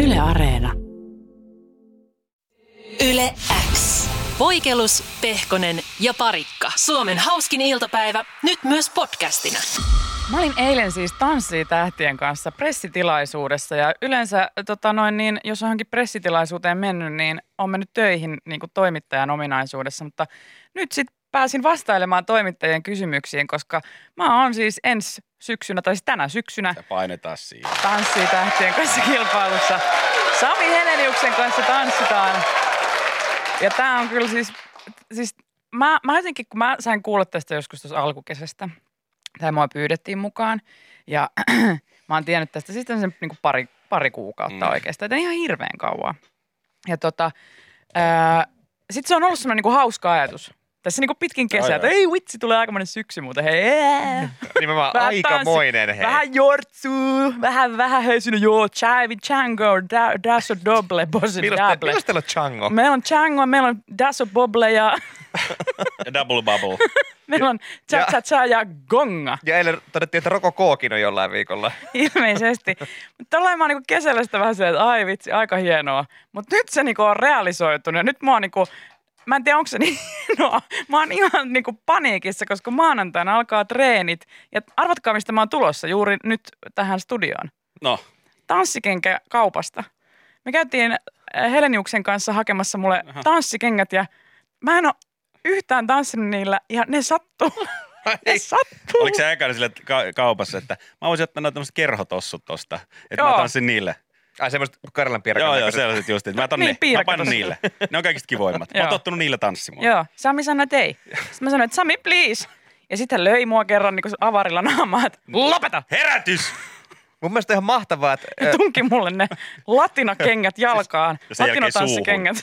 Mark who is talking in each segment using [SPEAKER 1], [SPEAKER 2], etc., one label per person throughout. [SPEAKER 1] Yle Areena.
[SPEAKER 2] Yle X.
[SPEAKER 1] Voikelus, Pehkonen ja Parikka. Suomen hauskin iltapäivä, nyt myös podcastina.
[SPEAKER 3] Mä olin eilen siis Tanssii tähtien kanssa pressitilaisuudessa ja yleensä tota noin, niin, jos on johonkin pressitilaisuuteen mennyt, niin on mennyt töihin niin kuin toimittajan ominaisuudessa, mutta nyt sitten pääsin vastailemaan toimittajien kysymyksiin, koska mä oon siis ensi syksynä, tai siis tänä syksynä
[SPEAKER 4] Ja painetaan siihen.
[SPEAKER 3] Tanssii tähtien kanssa kilpailussa. Sami Heleniuksen kanssa tanssitaan. Ja tämä on kyllä siis, siis mä, mä jotenkin, kun mä sain kuulla tästä joskus tuossa alkukesästä, tai mua pyydettiin mukaan, ja mä oon tiennyt tästä siis sen niin pari, pari kuukautta
[SPEAKER 4] Mm.
[SPEAKER 3] mm. oikeastaan, että ihan hirveän kauan. Ja tota, ää, sit se on ollut semmoinen niin hauska ajatus. Tässä niin pitkin kesää,
[SPEAKER 4] Ai,
[SPEAKER 3] että
[SPEAKER 4] ai.
[SPEAKER 3] ei vitsi, tulee aikamoinen syksy muuten, hei. ää.
[SPEAKER 5] Nimenomaan
[SPEAKER 3] Vähän
[SPEAKER 5] aikamoinen
[SPEAKER 3] tanssi-
[SPEAKER 5] hei.
[SPEAKER 3] Vähän jortsuu, vähän, vähän hei sinne, joo, chaivi, chango, da, dasso doble, bosso
[SPEAKER 5] Milloin te-
[SPEAKER 3] doble.
[SPEAKER 5] milloin teillä on chango?
[SPEAKER 3] Meillä on chango, meillä on dasso boble ja
[SPEAKER 4] Ja double bubble.
[SPEAKER 3] meillä on cha
[SPEAKER 5] Ja-
[SPEAKER 3] cha cha ja gonga
[SPEAKER 5] Ja eilen todettiin, että rokokookin on jollain viikolla.
[SPEAKER 3] ilmeisesti. Mutta tällä mä oon niinku kesällä sitä vähän silleen, että ai vitsi, aika hienoa. Mutta nyt se niinku on realisoitunut ja nyt mä oon niinku, mä en tiedä onko se niin hienoa. Mä oon ihan niinku paniikissa, koska maanantaina alkaa treenit. Ja arvatkaa mistä mä oon tulossa juuri nyt tähän studioon.
[SPEAKER 4] No,
[SPEAKER 3] tanssikenkä kaupasta. Me käytiin äh, Heleniuksen kanssa hakemassa mulle Aha. tanssikengät ja mä en ole yhtään tanssinut niillä ja ne sattuu. ne sattuu.
[SPEAKER 4] oliko se ekana sille ka- kaupassa, että mä voisin ottaa noita tämmöiset kerhotossut tosta, että mä
[SPEAKER 3] Joo.
[SPEAKER 4] tanssin niille.
[SPEAKER 5] Ai semmoista Karjalan
[SPEAKER 4] Joo, joo,
[SPEAKER 5] se
[SPEAKER 4] sellaiset just, että mä otan
[SPEAKER 3] Niin,
[SPEAKER 4] ne, mä
[SPEAKER 3] piirakat
[SPEAKER 4] painan
[SPEAKER 3] tossa.
[SPEAKER 4] niille. Ne on kaikista kivoimmat. Mä oon
[SPEAKER 3] Joo.
[SPEAKER 4] tottunut niillä tanssimaan.
[SPEAKER 3] Joo, Sami sanoi, että ei. Sitten mä sanoin, että Sami, please. Ja sitten hän löi mua kerran niin avarilla naamaa, että lopeta!
[SPEAKER 4] Herätys!
[SPEAKER 5] Mun mielestä on ihan mahtavaa, että
[SPEAKER 3] Ja tunki mulle ne latinakengät jalkaan,
[SPEAKER 4] ja sen jälkeen
[SPEAKER 3] latinotanssikengät.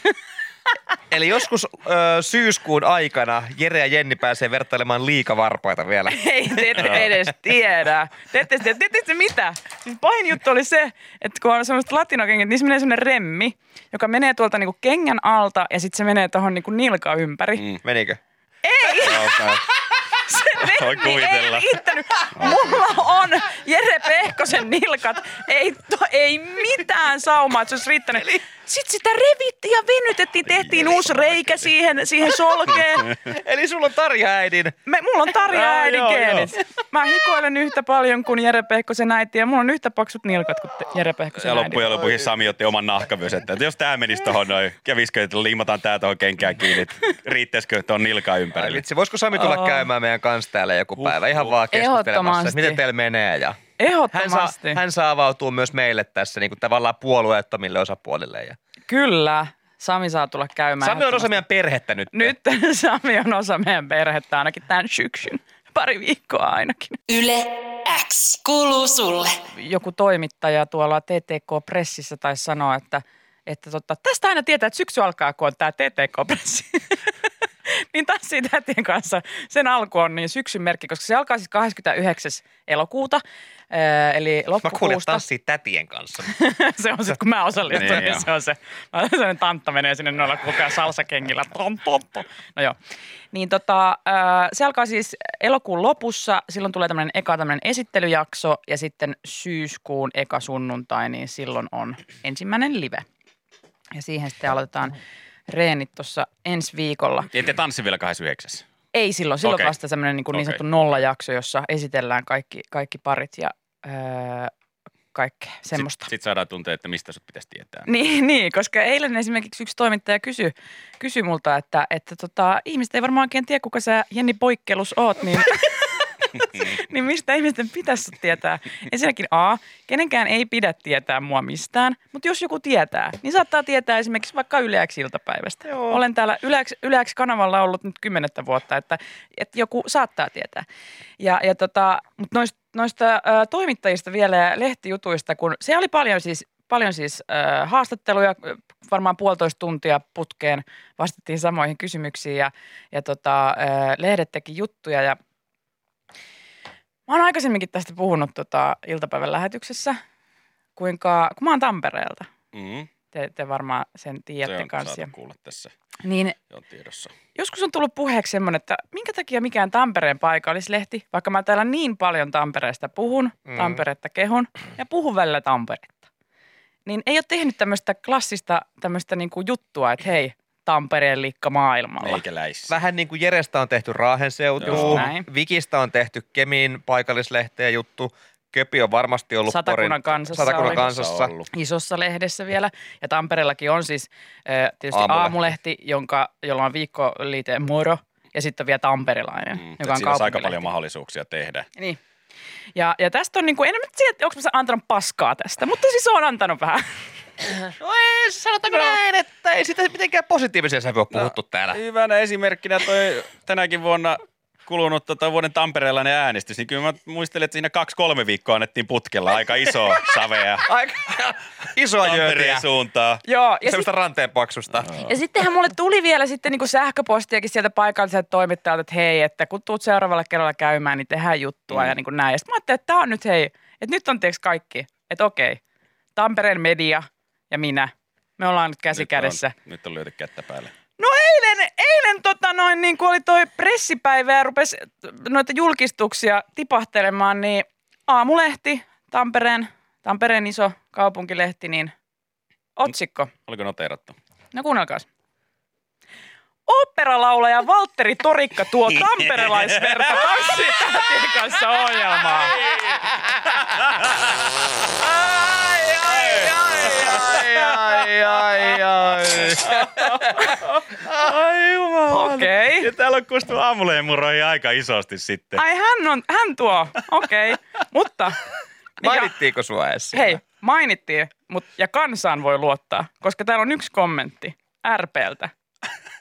[SPEAKER 5] eli joskus ö, syyskuun aikana Jere ja Jenni pääsee vertailemaan liikavarpaita vielä.
[SPEAKER 3] Ei te ette edes tiedä. Te ette, te ette, te ette mitä. Siis pahin juttu oli se, että kun on semmoiset latinokengät, niissä menee semmoinen remmi, joka menee tuolta niinku kengän alta ja sitten se menee tuohon niinku nilkaan ympäri. Mm.
[SPEAKER 5] Menikö?
[SPEAKER 4] Joo, tää-
[SPEAKER 3] Se
[SPEAKER 4] Voi
[SPEAKER 3] remmi
[SPEAKER 4] kuvitella.
[SPEAKER 3] ei riittänyt. Mulla on Jere Pehkosen nilkat. Ei, to, ei mitään saumaa, että se olisi riittänyt. Sitten sitä revittiin ja venytettiin, tehtiin uusi reikä siihen, siihen solkeen.
[SPEAKER 5] Eli sulla on Tarja äidin.
[SPEAKER 3] Me, mulla on Tarja
[SPEAKER 4] Ää,
[SPEAKER 3] äidin
[SPEAKER 4] joo,
[SPEAKER 3] geenit. Mä hikoilen yhtä paljon kuin Jere Pehkosen äiti ja mulla on yhtä paksut nilkat kuin te- Jere Pehkosen
[SPEAKER 4] Ja
[SPEAKER 3] äiti.
[SPEAKER 4] loppujen lopuksi Sami otti oman nahkavyös, että että jos tää menisi tohon noin, kävisikö, että liimataan tää tohon kenkään kiinni, että riittäisikö tuon nilkaa
[SPEAKER 5] Ai
[SPEAKER 4] ympärille.
[SPEAKER 5] vitsi, voisiko Sami tulla
[SPEAKER 3] Oh.
[SPEAKER 5] käymään meidän kanssa täällä joku päivä? Ihan
[SPEAKER 4] huh.
[SPEAKER 5] vaan keskustelemassa, että
[SPEAKER 3] Ehdottomasti.
[SPEAKER 5] miten teillä menee. Ja hän, saa,
[SPEAKER 3] Ehdottomasti.
[SPEAKER 5] hän saa avautua myös meille tässä niin kuin tavallaan puolueettomille osapuolille. Ja.
[SPEAKER 3] Kyllä. Sami saa tulla käymään.
[SPEAKER 5] Sami on osa
[SPEAKER 3] ehdottomasti.
[SPEAKER 5] meidän perhettä nyt.
[SPEAKER 3] Nyt Sami on osa meidän perhettä ainakin tämän syksyn. Pari viikkoa ainakin.
[SPEAKER 2] Yle X. Kuuluu sulle.
[SPEAKER 3] Joku toimittaja tuolla TTK-pressissä taisi sanoa, että, että totta, tästä aina tietää, että syksy alkaa, kun on tämä TTK-pressi. niin tanssii tähtien kanssa. Sen alku on niin syksyn merkki, koska se alkaa siis 29. elokuuta, ää, eli
[SPEAKER 5] Mä kuulin, että
[SPEAKER 3] loppukuusta.
[SPEAKER 5] tanssii tätien kanssa.
[SPEAKER 3] se on sitten, kun mä osallistun,
[SPEAKER 4] Niin,
[SPEAKER 3] niin,
[SPEAKER 4] joo.
[SPEAKER 3] se on se. Mä olen sellainen tantta menee sinne noilla koko ajan salsakengillä. Tom, tom, tom. No joo. Niin tota, ää, se alkaa siis elokuun lopussa. Silloin tulee tämmöinen eka tämmöinen esittelyjakso ja sitten syyskuun eka sunnuntai, niin silloin on ensimmäinen live. Ja siihen sitten aloitetaan reenit tuossa ensi viikolla.
[SPEAKER 4] Ette tanssi vielä 29.
[SPEAKER 3] Ei silloin, silloin
[SPEAKER 4] Okei.
[SPEAKER 3] okay. vasta semmoinen niin, kuin niin
[SPEAKER 4] Okei.
[SPEAKER 3] sanottu nollajakso, jossa esitellään kaikki, kaikki parit ja öö, kaikkea semmoista.
[SPEAKER 4] Sitten sit saadaan tuntea, että mistä sut pitäisi tietää.
[SPEAKER 3] Niin, niin, koska eilen esimerkiksi yksi toimittaja kysyi, kysyi multa, että, että tota, ihmiset ei varmaan oikein tiedä, kuka sä Jenni Poikkelus oot, niin, niin mistä ihmisten pitäisi sut tietää? Ensinnäkin A, kenenkään ei pidä tietää mua mistään, mutta jos joku tietää, niin saattaa tietää esimerkiksi vaikka Yleäksi iltapäivästä. Joo. Olen täällä Yleäksi, Yleäksi kanavalla ollut nyt kymmenettä vuotta, että, että joku saattaa tietää. Ja, ja tota, mutta noista, noista ö, toimittajista vielä ja lehtijutuista, kun se oli paljon siis, paljon siis ö, haastatteluja, ö, varmaan puolitoista tuntia putkeen vastattiin samoihin kysymyksiin ja, ja tota, ö, lehdet teki juttuja ja Mä oon aikaisemminkin tästä puhunut tota, iltapäivän lähetyksessä, kuinka, kun mä oon Tampereelta,
[SPEAKER 4] Mm,
[SPEAKER 3] te, te varmaan sen
[SPEAKER 4] se
[SPEAKER 3] tiedätte
[SPEAKER 4] on
[SPEAKER 3] Niin. kanssa.
[SPEAKER 4] saatu
[SPEAKER 3] ja-
[SPEAKER 4] kuulla tässä
[SPEAKER 3] Niin
[SPEAKER 4] jo tiedossa.
[SPEAKER 3] joskus on tullut puheeksi semmoinen, että minkä takia mikään Tampereen paikallislehti, vaikka mä täällä niin paljon Tampereesta puhun,
[SPEAKER 5] Mm.
[SPEAKER 3] Tamperetta kehun ja puhun välillä Tamperetta. niin ei ole tehnyt tämmöistä klassista tämmöistä niinku juttua, että hei, Tampereen liikka maailmalla.
[SPEAKER 4] Meikäläis.
[SPEAKER 5] Vähän niin kuin Jerestä on tehty Raahen
[SPEAKER 3] Just
[SPEAKER 5] seutu,
[SPEAKER 3] näin.
[SPEAKER 5] Vikistä on tehty Kemin paikallislehteä juttu, Köpi on varmasti ollut
[SPEAKER 3] Satakunnan
[SPEAKER 5] Porin-
[SPEAKER 3] kansassa
[SPEAKER 5] Satakunnan
[SPEAKER 3] oli.
[SPEAKER 5] kansassa.
[SPEAKER 4] Ollut.
[SPEAKER 3] isossa lehdessä vielä. Ja Tampereellakin on siis ö, tietysti
[SPEAKER 5] Aamulehti.
[SPEAKER 3] aamulehti, jonka, jolla on viikkoliite Moro, ja sitten on vielä tamperelainen, mm,
[SPEAKER 4] Mm,
[SPEAKER 3] joka on
[SPEAKER 4] siinä on aika
[SPEAKER 3] kaupunkilehti.
[SPEAKER 4] paljon mahdollisuuksia tehdä.
[SPEAKER 3] Niin. Ja, ja tästä on niin kuin, en mä tiedä, onko mä antanut paskaa tästä, mutta siis on antanut vähän.
[SPEAKER 5] No ei, sanotaanko näin, että ei sitä mitenkään positiivisia sävyä
[SPEAKER 3] No.
[SPEAKER 5] ole puhuttu täällä.
[SPEAKER 4] No, Hyvänä esimerkkinä toi tänäkin vuonna kulunut tota vuoden Tampereellainen äänestys, niin kyllä mä muistelen, että siinä kaksi-kolme viikkoa annettiin putkella aika iso savea
[SPEAKER 5] Aika isoa jöötiä.
[SPEAKER 4] Tampereen suuntaan.
[SPEAKER 3] Joo, ja, siis sit,
[SPEAKER 5] Semmoista ranteen paksusta.
[SPEAKER 3] ja sittenhän mulle tuli vielä sitten niin kuin sähköpostiakin sieltä paikalliselta toimittajalta, että hei, että kun tuut seuraavalla kerralla käymään, niin tehdään juttua
[SPEAKER 4] Mm.
[SPEAKER 3] ja niin kuin näin. Ja sitten mä ajattelin, että tämä on nyt hei, että nyt on tieks kaikki, että okei, Tampereen media ja minä, me ollaan nyt käsi
[SPEAKER 4] Nyt
[SPEAKER 3] kädessä.
[SPEAKER 4] On, nyt on lyöty kättä päälle.
[SPEAKER 3] No eilen, eilen tota noin, niin kun oli toi pressipäivä ja rupesi noita julkistuksia tipahtelemaan, niin aamulehti, Tampereen, Tampereen iso kaupunkilehti, niin
[SPEAKER 4] Mm.
[SPEAKER 3] otsikko.
[SPEAKER 4] Oliko noteerattu?
[SPEAKER 3] No kuunnelkaas. Oopperalaulaja Valtteri Torikka tuo tamperelaisverta tanssitähtien kanssa ohjelmaan.
[SPEAKER 5] Ai, ai, ai, ai, ai, ai.
[SPEAKER 4] Ai jumala.
[SPEAKER 3] Okei.
[SPEAKER 4] Ja täällä on kustu aamuleemuroihin aika isosti sitten.
[SPEAKER 3] Ai hän, on, hän tuo, okei. Mutta mikä,
[SPEAKER 5] Mainittiinko sua edes siinä?
[SPEAKER 3] Hei, mainittiin, mut, ja kansaan voi luottaa, koska täällä on yksi kommentti RPltä.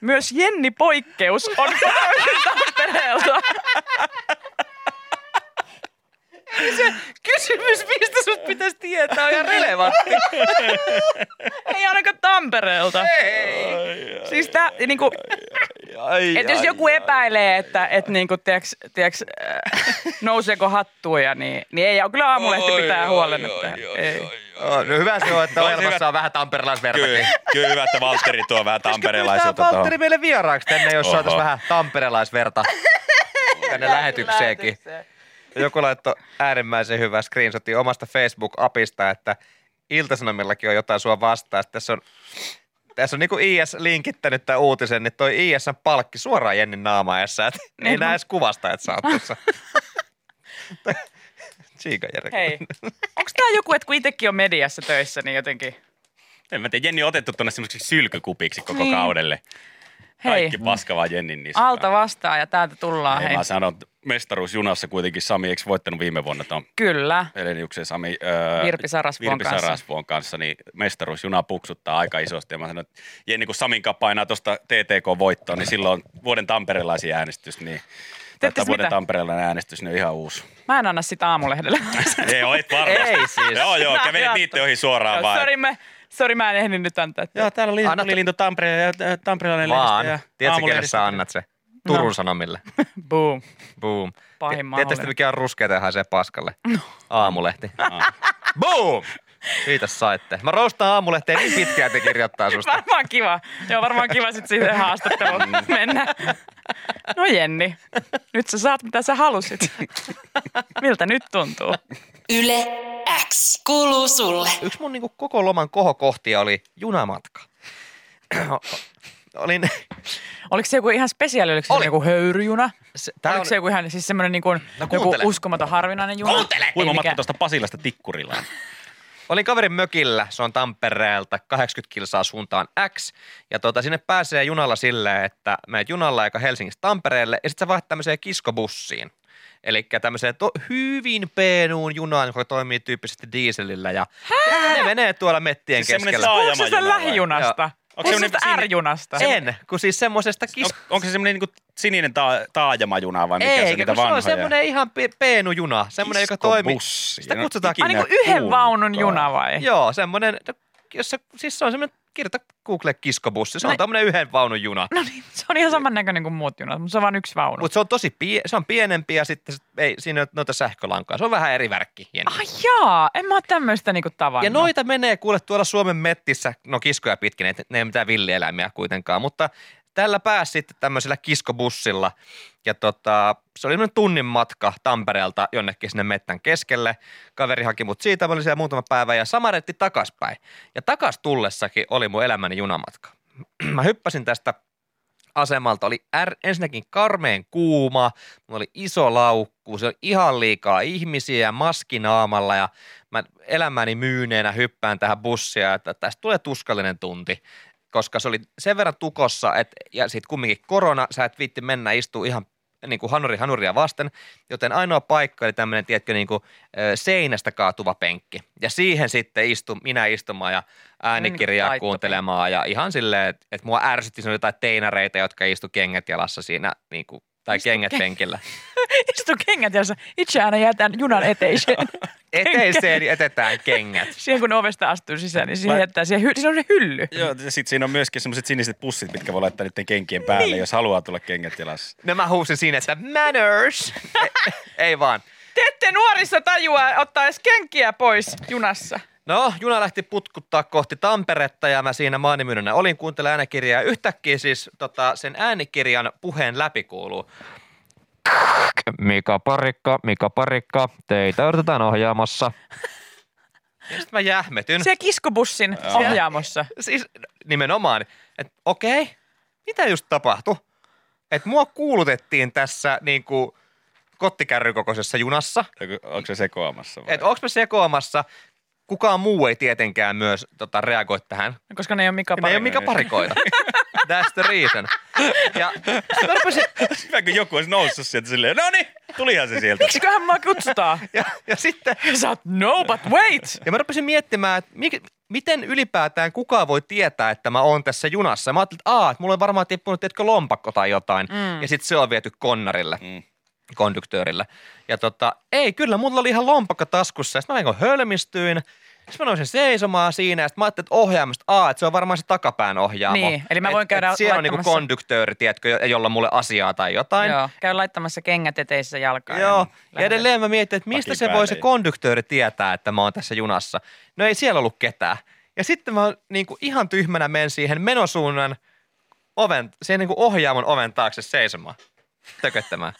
[SPEAKER 3] Myös Jenni Poikkeus on kotoisin Tampereelta.
[SPEAKER 5] Kysymys, mistä sut pitäisi tietää, on ihan relevantti.
[SPEAKER 3] Ei ainakaan Tampereelta.
[SPEAKER 5] Hei.
[SPEAKER 3] Siis tää, niinku,
[SPEAKER 4] Ai,
[SPEAKER 3] et jos joku epäilee, että et niinku, tiiäks, tiiäks, äh, nouseeko hattuja, niin, niin ei. Kyllä aamulehti
[SPEAKER 5] Oi,
[SPEAKER 3] pitää
[SPEAKER 5] oi,
[SPEAKER 3] huolen.
[SPEAKER 5] oi,
[SPEAKER 3] että
[SPEAKER 5] oi,
[SPEAKER 3] ei.
[SPEAKER 5] Oh, no hyvä se on, että
[SPEAKER 4] On
[SPEAKER 5] ohjelmassa
[SPEAKER 4] hyvä.
[SPEAKER 5] on vähän tamperelaisvertakin.
[SPEAKER 4] Kyllä, kyllä hyvä, että Valtteri tuo vähän tamperelaisuutta
[SPEAKER 5] Pyytää Valtteri
[SPEAKER 4] tuohon.
[SPEAKER 5] meille vieraaksi tänne, jos
[SPEAKER 4] Oho.
[SPEAKER 5] saataisiin vähän tamperelaisverta tänne lähetykseenkin. Joku laittoi äärimmäisen hyvä screenshotin omasta Facebook-apista, että Iltasanomillakin on jotain sua vastaan. Sitten Tässä on, tässä on niinku IS linkittänyt tämän uutisen, niin toi ISn palkki suoraan Jennin naamaessa. Et ei
[SPEAKER 3] Niin.
[SPEAKER 5] näe edes kuvasta, että sä oot tuossa. Tsiika Jere.
[SPEAKER 3] Hei, onko tää joku, että kun itsekin on mediassa töissä, niin jotenkin...
[SPEAKER 4] En mä tiedä, Jenni on otettu tuonne semmoiseksi sylkykupiksi koko
[SPEAKER 3] Niin.
[SPEAKER 4] kaudelle.
[SPEAKER 3] Hei,
[SPEAKER 4] Kaikki paska vaan Jennin niskaan.
[SPEAKER 3] alta vastaan ja täältä tullaan.
[SPEAKER 4] Ei
[SPEAKER 3] Hei.
[SPEAKER 4] mä sanon, että mestaruusjunassa kuitenkin Sami, eikö voittanut viime vuonna tuon
[SPEAKER 3] Kyllä.
[SPEAKER 4] Heleniuksen ja Sami öö,
[SPEAKER 3] Virpi Sarasvuon
[SPEAKER 4] Virpi
[SPEAKER 3] kanssa.
[SPEAKER 4] Sarasvuon kanssa, niin mestaruusjuna puksuttaa aika isosti. Ja mä sanoin, että Jenni, kun Samin kanssa painaa tuosta TTK-voittoon, niin silloin vuoden tamperelaisia äänestys, niin
[SPEAKER 3] Teettekö
[SPEAKER 4] Tätä vuoden
[SPEAKER 3] mitä?
[SPEAKER 4] tamperelainen äänestys, niin on ihan uusi.
[SPEAKER 3] Mä en anna sitä aamulehdelle.
[SPEAKER 4] Ei ole, et varmasti.
[SPEAKER 5] Ei siis.
[SPEAKER 4] Joo, joo,
[SPEAKER 3] Mä
[SPEAKER 4] kävelet
[SPEAKER 3] jatkan.
[SPEAKER 4] niiden ohi suoraan vaan.
[SPEAKER 3] Sori, mä, sorry, mä en ehdi nyt antaa.
[SPEAKER 4] Joo, täällä oli,
[SPEAKER 5] Anna-
[SPEAKER 4] oli lintu Tampere ja äh, tamperelainen
[SPEAKER 5] Vaan,
[SPEAKER 4] lehdistö ja
[SPEAKER 5] tiedätkö kenelle
[SPEAKER 4] aamulehdistö.
[SPEAKER 5] sä annat se? Turun
[SPEAKER 3] No.
[SPEAKER 5] Sanomille.
[SPEAKER 3] Boom.
[SPEAKER 5] Boom.
[SPEAKER 3] Pahin
[SPEAKER 5] Tie-
[SPEAKER 3] mahdollinen.
[SPEAKER 5] Tiedättekö, mikä on ruskea ja haisee paskalle?
[SPEAKER 3] No.
[SPEAKER 5] Aamulehti. Ah. Boom! Kiitos saitte. Mä roustaan aamulehteen niin pitkään, että kirjoittaa susta.
[SPEAKER 3] Varmaan kiva. Joo, varmaan kiva sitten siihen haastatteluun mennä. No Jenni, nyt sä saat mitä sä halusit. Miltä nyt tuntuu?
[SPEAKER 2] Yle X. Kuuluu sulle.
[SPEAKER 5] Yksi mun niinku koko loman kohokohtia oli junamatka. Olin...
[SPEAKER 3] Oliko se joku ihan spesiaali, oliko se
[SPEAKER 5] Oli.
[SPEAKER 3] joku höyryjuna?
[SPEAKER 5] tää
[SPEAKER 3] oliko
[SPEAKER 5] on-
[SPEAKER 3] se joku ihan siis semmoinen niin kuin,
[SPEAKER 5] No
[SPEAKER 3] joku
[SPEAKER 5] kuuntele.
[SPEAKER 3] uskomaton harvinainen juna?
[SPEAKER 5] Kuuntele!
[SPEAKER 3] Ei
[SPEAKER 4] Huima matka
[SPEAKER 3] mikään-
[SPEAKER 4] tuosta Pasilasta Tikkurilaan.
[SPEAKER 5] Olin kaverin mökillä, se on Tampereelta, 80 kilsaa suuntaan X. Ja tuota, sinne pääsee junalla silleen, että menet junalla eikä Helsingistä Tampereelle ja sitten sä vaihdat tämmöiseen kiskobussiin. Eli tämmöiseen to- hyvin peenuun junaan, joka toimii tyyppisesti dieselillä ja Hää? ne menee tuolla mettien
[SPEAKER 4] Siis semmonen
[SPEAKER 5] keskellä.
[SPEAKER 4] saa-
[SPEAKER 3] Puhuuko sä
[SPEAKER 4] Taajamajuna
[SPEAKER 3] sen
[SPEAKER 4] vai?
[SPEAKER 3] lähijunasta? niinku
[SPEAKER 4] Onko
[SPEAKER 3] Puhuuko
[SPEAKER 4] semmonen
[SPEAKER 3] sä
[SPEAKER 4] siinä-
[SPEAKER 3] R-junasta?
[SPEAKER 5] En, kun siis semmoisesta
[SPEAKER 4] On,
[SPEAKER 5] kiskobussista.
[SPEAKER 4] onko se semmoinen niin sininen ta- taajamajuna vai mikä se on
[SPEAKER 5] Eikä,
[SPEAKER 4] niitä
[SPEAKER 5] kun se
[SPEAKER 4] vanhoja?
[SPEAKER 5] on semmoinen ihan pe- peenujuna, semmoinen, joka toimii.
[SPEAKER 4] Kiskobussi.
[SPEAKER 5] Sitä
[SPEAKER 4] En ole
[SPEAKER 5] kutsutaan-
[SPEAKER 4] ikinä
[SPEAKER 3] Ai niin kuin yhden
[SPEAKER 4] kuullutkaan.
[SPEAKER 3] vaunun juna vai?
[SPEAKER 5] Joo, semmoinen, no, jos se, siis se on semmoinen, kirjoita Google kiskobussi, se on
[SPEAKER 3] No-
[SPEAKER 5] tämmöinen yhden vaunun juna.
[SPEAKER 3] No niin, se on ihan samannäköinen kuin muut junat, mutta se on vain yksi vaunu.
[SPEAKER 5] Mutta se on tosi pie- se on pienempi ja sitten se- ei, siinä on noita sähkölankaa. Se on vähän eri värkki. Jenni.
[SPEAKER 3] Ai jaa, en mä oo tämmöistä niinku
[SPEAKER 5] Ja
[SPEAKER 3] tavannut.
[SPEAKER 5] noita menee kuule tuolla Suomen mettissä, no kiskoja pitkin, et ne ei ole mitään villieläimiä kuitenkaan, mutta Tällä pääsi sitten tämmöisellä kiskobussilla ja tota, se oli noin tunnin matka Tampereelta jonnekin sinne mettän keskelle. Kaveri haki mut siitä, mä olin siellä muutama päivä ja sama reitti takaspäin. Ja takas tullessakin oli mun elämäni junamatka. Mä hyppäsin tästä asemalta oli är, ensinnäkin karmeen kuuma, mulla oli iso laukku, se oli ihan liikaa ihmisiä maskinaamalla ja mä elämäni myyneenä hyppään tähän bussia, että tästä tulee tuskallinen tunti koska se oli sen verran tukossa, et, ja sitten kumminkin korona, sä et viitti mennä istua ihan niin kuin hanuri hanuria vasten, joten ainoa paikka oli tämmöinen, tiedätkö, niin kuin, ö, seinästä kaatuva penkki. Ja siihen sitten istu, minä istumaan ja
[SPEAKER 3] Niin kuin
[SPEAKER 5] äänikirjaa
[SPEAKER 3] taittopenkki.
[SPEAKER 5] kuuntelemaan ja ihan silleen, että et mua ärsytti, se oli jotain teinareita, jotka istu kengät jalassa siinä niin kuin, tai kengät penkillä.
[SPEAKER 3] Istu kengät jossa itse aina jätän junan eteiseen.
[SPEAKER 5] Eteiseen etetään kengät.
[SPEAKER 3] Siihen kun ovesta astuu sisään, niin siihen
[SPEAKER 4] Mä-
[SPEAKER 3] jättää siihen, hy- siinä on se hylly.
[SPEAKER 4] Joo, ja sitten siinä on myöskin semmoiset siniset pussit, mitkä voi laittaa niiden kenkien päälle, niin. jos haluaa tulla kengät jalassa.
[SPEAKER 5] No mä huusin siinä, että manners. E-, Ei vaan.
[SPEAKER 3] Te ette nuorissa tajua ottaa edes kenkiä pois junassa.
[SPEAKER 5] No, juna lähti putkuttaa kohti Tamperetta ja mä siinä maanimyynönä olin kuuntele äänikirjaa. Yhtäkkiä siis tota, sen äänikirjan puheen läpi kuuluu. Mika Parikka, Mika Parikka, teitä yritetään ohjaamassa. Ja sitten mä jähmetyn.
[SPEAKER 3] Se kiskobussin ohjaamossa.
[SPEAKER 5] Siis nimenomaan, että okei, mitä just tapahtui? Että mua kuulutettiin tässä niinku kottikärrykokoisessa junassa –
[SPEAKER 4] Onko se sekoamassa vai?
[SPEAKER 5] Et onko me sekoamassa? Kukaan muu ei tietenkään myös tota, reagoi tähän.
[SPEAKER 3] Koska ne ei ole Mika
[SPEAKER 5] Ne ei ole
[SPEAKER 3] Parikka.
[SPEAKER 5] mikä parikoita. That's the reason. Ja sit mä rupesin,
[SPEAKER 4] Hyvä, kun joku olisi noussut sieltä silleen, no niin, tulihan se sieltä.
[SPEAKER 3] Miksiköhän mua kutsutaan?
[SPEAKER 5] ja, ja sitten
[SPEAKER 3] Ja sä oot, no but wait!
[SPEAKER 5] ja mä rupesin miettimään, että mik, miten ylipäätään kukaan voi tietää, että mä oon tässä junassa. Mä ajattelin, että aah, että mulla on varmaan tippunut, tiedätkö, lompakko tai jotain.
[SPEAKER 3] Mm.
[SPEAKER 5] Mm. Ja sitten se on viety konnarille.
[SPEAKER 4] Mm.
[SPEAKER 5] konduktöörillä. Ja tota, ei, kyllä, mulla oli ihan lompakka taskussa. Sitten mä niin hölmistyin. Sitten mä nousin seisomaan siinä ja sitten mä ajattelin, että ohjaamista, aa, että se on varmaan se takapään ohjaamo.
[SPEAKER 3] Niin, eli mä voin
[SPEAKER 5] et,
[SPEAKER 3] käydä
[SPEAKER 5] et siellä on niinku
[SPEAKER 3] laittamassa-
[SPEAKER 5] konduktööri, tiedätkö, jo- jolla on mulle asiaa tai jotain.
[SPEAKER 3] Joo, käy laittamassa kengät eteisessä jalkaan.
[SPEAKER 5] Joo, ja
[SPEAKER 3] lähdet.
[SPEAKER 5] edelleen mä mietin, että mistä
[SPEAKER 4] Takin
[SPEAKER 5] se voi
[SPEAKER 4] päälle
[SPEAKER 5] se
[SPEAKER 4] ja-
[SPEAKER 5] konduktööri tietää, että mä oon tässä junassa. No ei siellä ollut ketään. Ja sitten mä niin kuin ihan tyhmänä menen siihen menosuunnan oven, siihen niin kuin ohjaamon oven taakse seisomaan, tököttämään.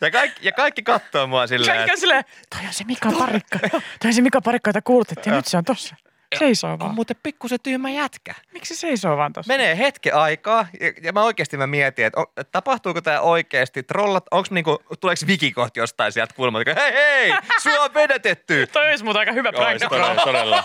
[SPEAKER 5] Ja, ka- ja, kaikki, ja kaikki katsoo mua silleen,
[SPEAKER 3] Kaikki
[SPEAKER 5] että
[SPEAKER 3] on silleen, toi on se Mika Parikka. toi on se Mika Parikka, jota kuulutettiin. Nyt se on tossa. Seisoo
[SPEAKER 5] on
[SPEAKER 3] vaan.
[SPEAKER 5] muuten pikkusen tyhmä jätkä.
[SPEAKER 3] Miksi se seisoo vaan tossa?
[SPEAKER 5] Menee hetki aikaa ja, ja mä oikeasti mä mietin, että, on, että tapahtuuko tämä oikeasti, trollat, onko niinku, tuleeko vikikohti jostain sieltä kulmalta, että hei hei, sua on vedetetty.
[SPEAKER 3] Toi olisi muuten aika hyvä
[SPEAKER 4] Ois
[SPEAKER 3] prank.
[SPEAKER 4] todella, todella.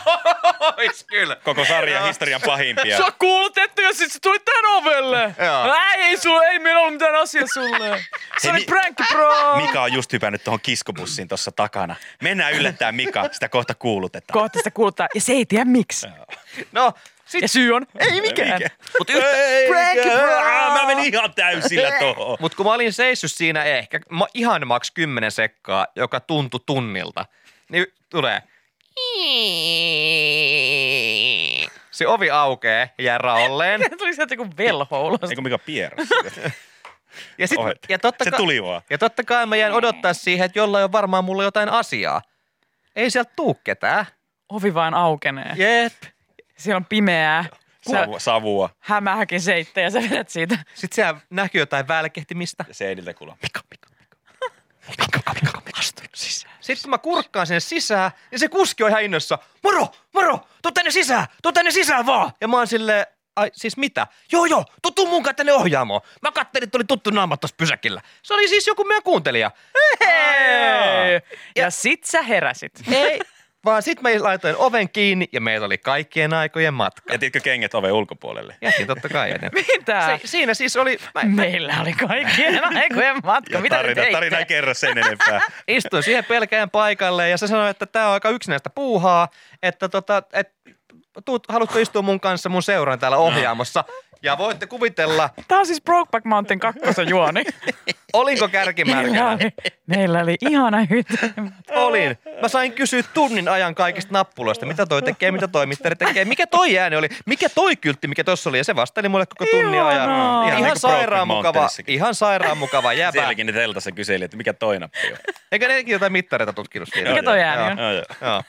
[SPEAKER 5] Ois kyllä.
[SPEAKER 4] Koko sarjan
[SPEAKER 5] No.
[SPEAKER 4] historian pahimpia.
[SPEAKER 3] Sä oot kuulutettu ja sit sä tulit tän ovelle.
[SPEAKER 5] Joo.
[SPEAKER 3] Ei, ei, sulla, ei meillä ollut mitään asiaa sulle. Se
[SPEAKER 4] Hei,
[SPEAKER 3] oli
[SPEAKER 4] mi-
[SPEAKER 3] prank, bro.
[SPEAKER 4] Mika on just hypännyt tuohon kiskobussiin tuossa takana. Mennään yllättää Mika, sitä kohta kuulutetaan.
[SPEAKER 3] Kohta sitä kuultaa. Ja se ei tiedä miksi.
[SPEAKER 5] No, sit
[SPEAKER 3] Ja syy on.
[SPEAKER 5] ei mikään.
[SPEAKER 4] Mikä?
[SPEAKER 5] Mut yhtä, break it,
[SPEAKER 4] Ää, Mä
[SPEAKER 5] bro.
[SPEAKER 4] menin ihan täysillä tohon.
[SPEAKER 5] Mut kun mä olin seissyt siinä ehkä ma- ihan maks 10 sekkaa, joka tuntui tunnilta, niin tulee. Se ovi aukee ja jää raolleen.
[SPEAKER 3] Tuli sieltä joku velho ulos.
[SPEAKER 4] Eikö Mika pieras?
[SPEAKER 5] Ja, sit,
[SPEAKER 4] Ohet.
[SPEAKER 5] ja, totta
[SPEAKER 4] Se
[SPEAKER 5] ka-
[SPEAKER 4] tuli vaan.
[SPEAKER 5] ja totta kai mä jään odottaa siihen, että jollain on varmaan mulle jotain asiaa. Ei sieltä tuu ketään.
[SPEAKER 3] Ovi vaan aukenee.
[SPEAKER 5] Jep.
[SPEAKER 3] Siellä on pimeää. Sä
[SPEAKER 4] Savua, savua.
[SPEAKER 3] hämähäkin seitte ja sä vedät siitä.
[SPEAKER 5] Sitten siellä näkyy jotain välkehtimistä.
[SPEAKER 4] Ja seiniltä kuuluu. Mika, Mika.
[SPEAKER 3] Astu sisään.
[SPEAKER 5] Sitten kun mä kurkkaan sinne sisään, niin se kuski on ihan innossa. Moro, moro, tuu tänne sisään, tuu tänne sisään vaan. Ja mä oon silleen, ai siis mitä? Joo joo, tuu, tuu mun kanssa tänne ohjaamoon. Mä kattelin, että oli tuttu naama tuossa pysäkillä. Se oli siis joku meidän kuuntelija.
[SPEAKER 3] Hei! Ja sit sä heräsit.
[SPEAKER 5] Ei, vaan sit mä laitoin oven kiinni ja meillä oli kaikkien aikojen matka.
[SPEAKER 4] Jätitkö kengät oven ulkopuolelle?
[SPEAKER 5] Jätin totta kai ennen.
[SPEAKER 3] Mitä?
[SPEAKER 5] Se, siinä siis oli, mä, mä
[SPEAKER 3] Meillä oli kaikkien aikojen matka.
[SPEAKER 4] Ja
[SPEAKER 3] no Mitä
[SPEAKER 4] tarina,
[SPEAKER 3] te
[SPEAKER 4] tarina ei
[SPEAKER 3] teitte?
[SPEAKER 4] kerro sen enempää.
[SPEAKER 5] istuin siihen pelkään paikalle ja se sanoi, että tämä on aika yksinäistä puuhaa, että tota, et, tuut, haluatko istua mun kanssa mun seuraan täällä ohjaamossa. Ja voitte kuvitella,
[SPEAKER 3] Tämä on siis Brokeback Mountain kakkosen juoni.
[SPEAKER 5] olinko
[SPEAKER 3] Meillä
[SPEAKER 5] kärkimärkänä?
[SPEAKER 3] oli, meillä oli ihana hytä.
[SPEAKER 5] Olin. Mä sain kysyä tunnin ajan kaikista nappuloista, mitä toi tekee, mitä toi mittari tekee, mikä toi ääni oli, mikä toi kyltti, mikä tossa oli. Ja se vastaili mulle koko tunnin ajan.
[SPEAKER 3] Ihanaa.
[SPEAKER 5] Ihan,
[SPEAKER 4] Ihan niinku
[SPEAKER 5] sairaan
[SPEAKER 4] Brokeback
[SPEAKER 5] mukava,
[SPEAKER 4] Mountainissakin.
[SPEAKER 5] ihan sairaan mukava jäbä.
[SPEAKER 4] Sielläkin ne teltassa kyseli, että mikä toi nappi on. No
[SPEAKER 5] Eikä nekin jotain mittareita tutkinut siitä.
[SPEAKER 3] Mikä toi ääni
[SPEAKER 5] Joo.
[SPEAKER 3] on?
[SPEAKER 4] Joo, joo.
[SPEAKER 5] Joo.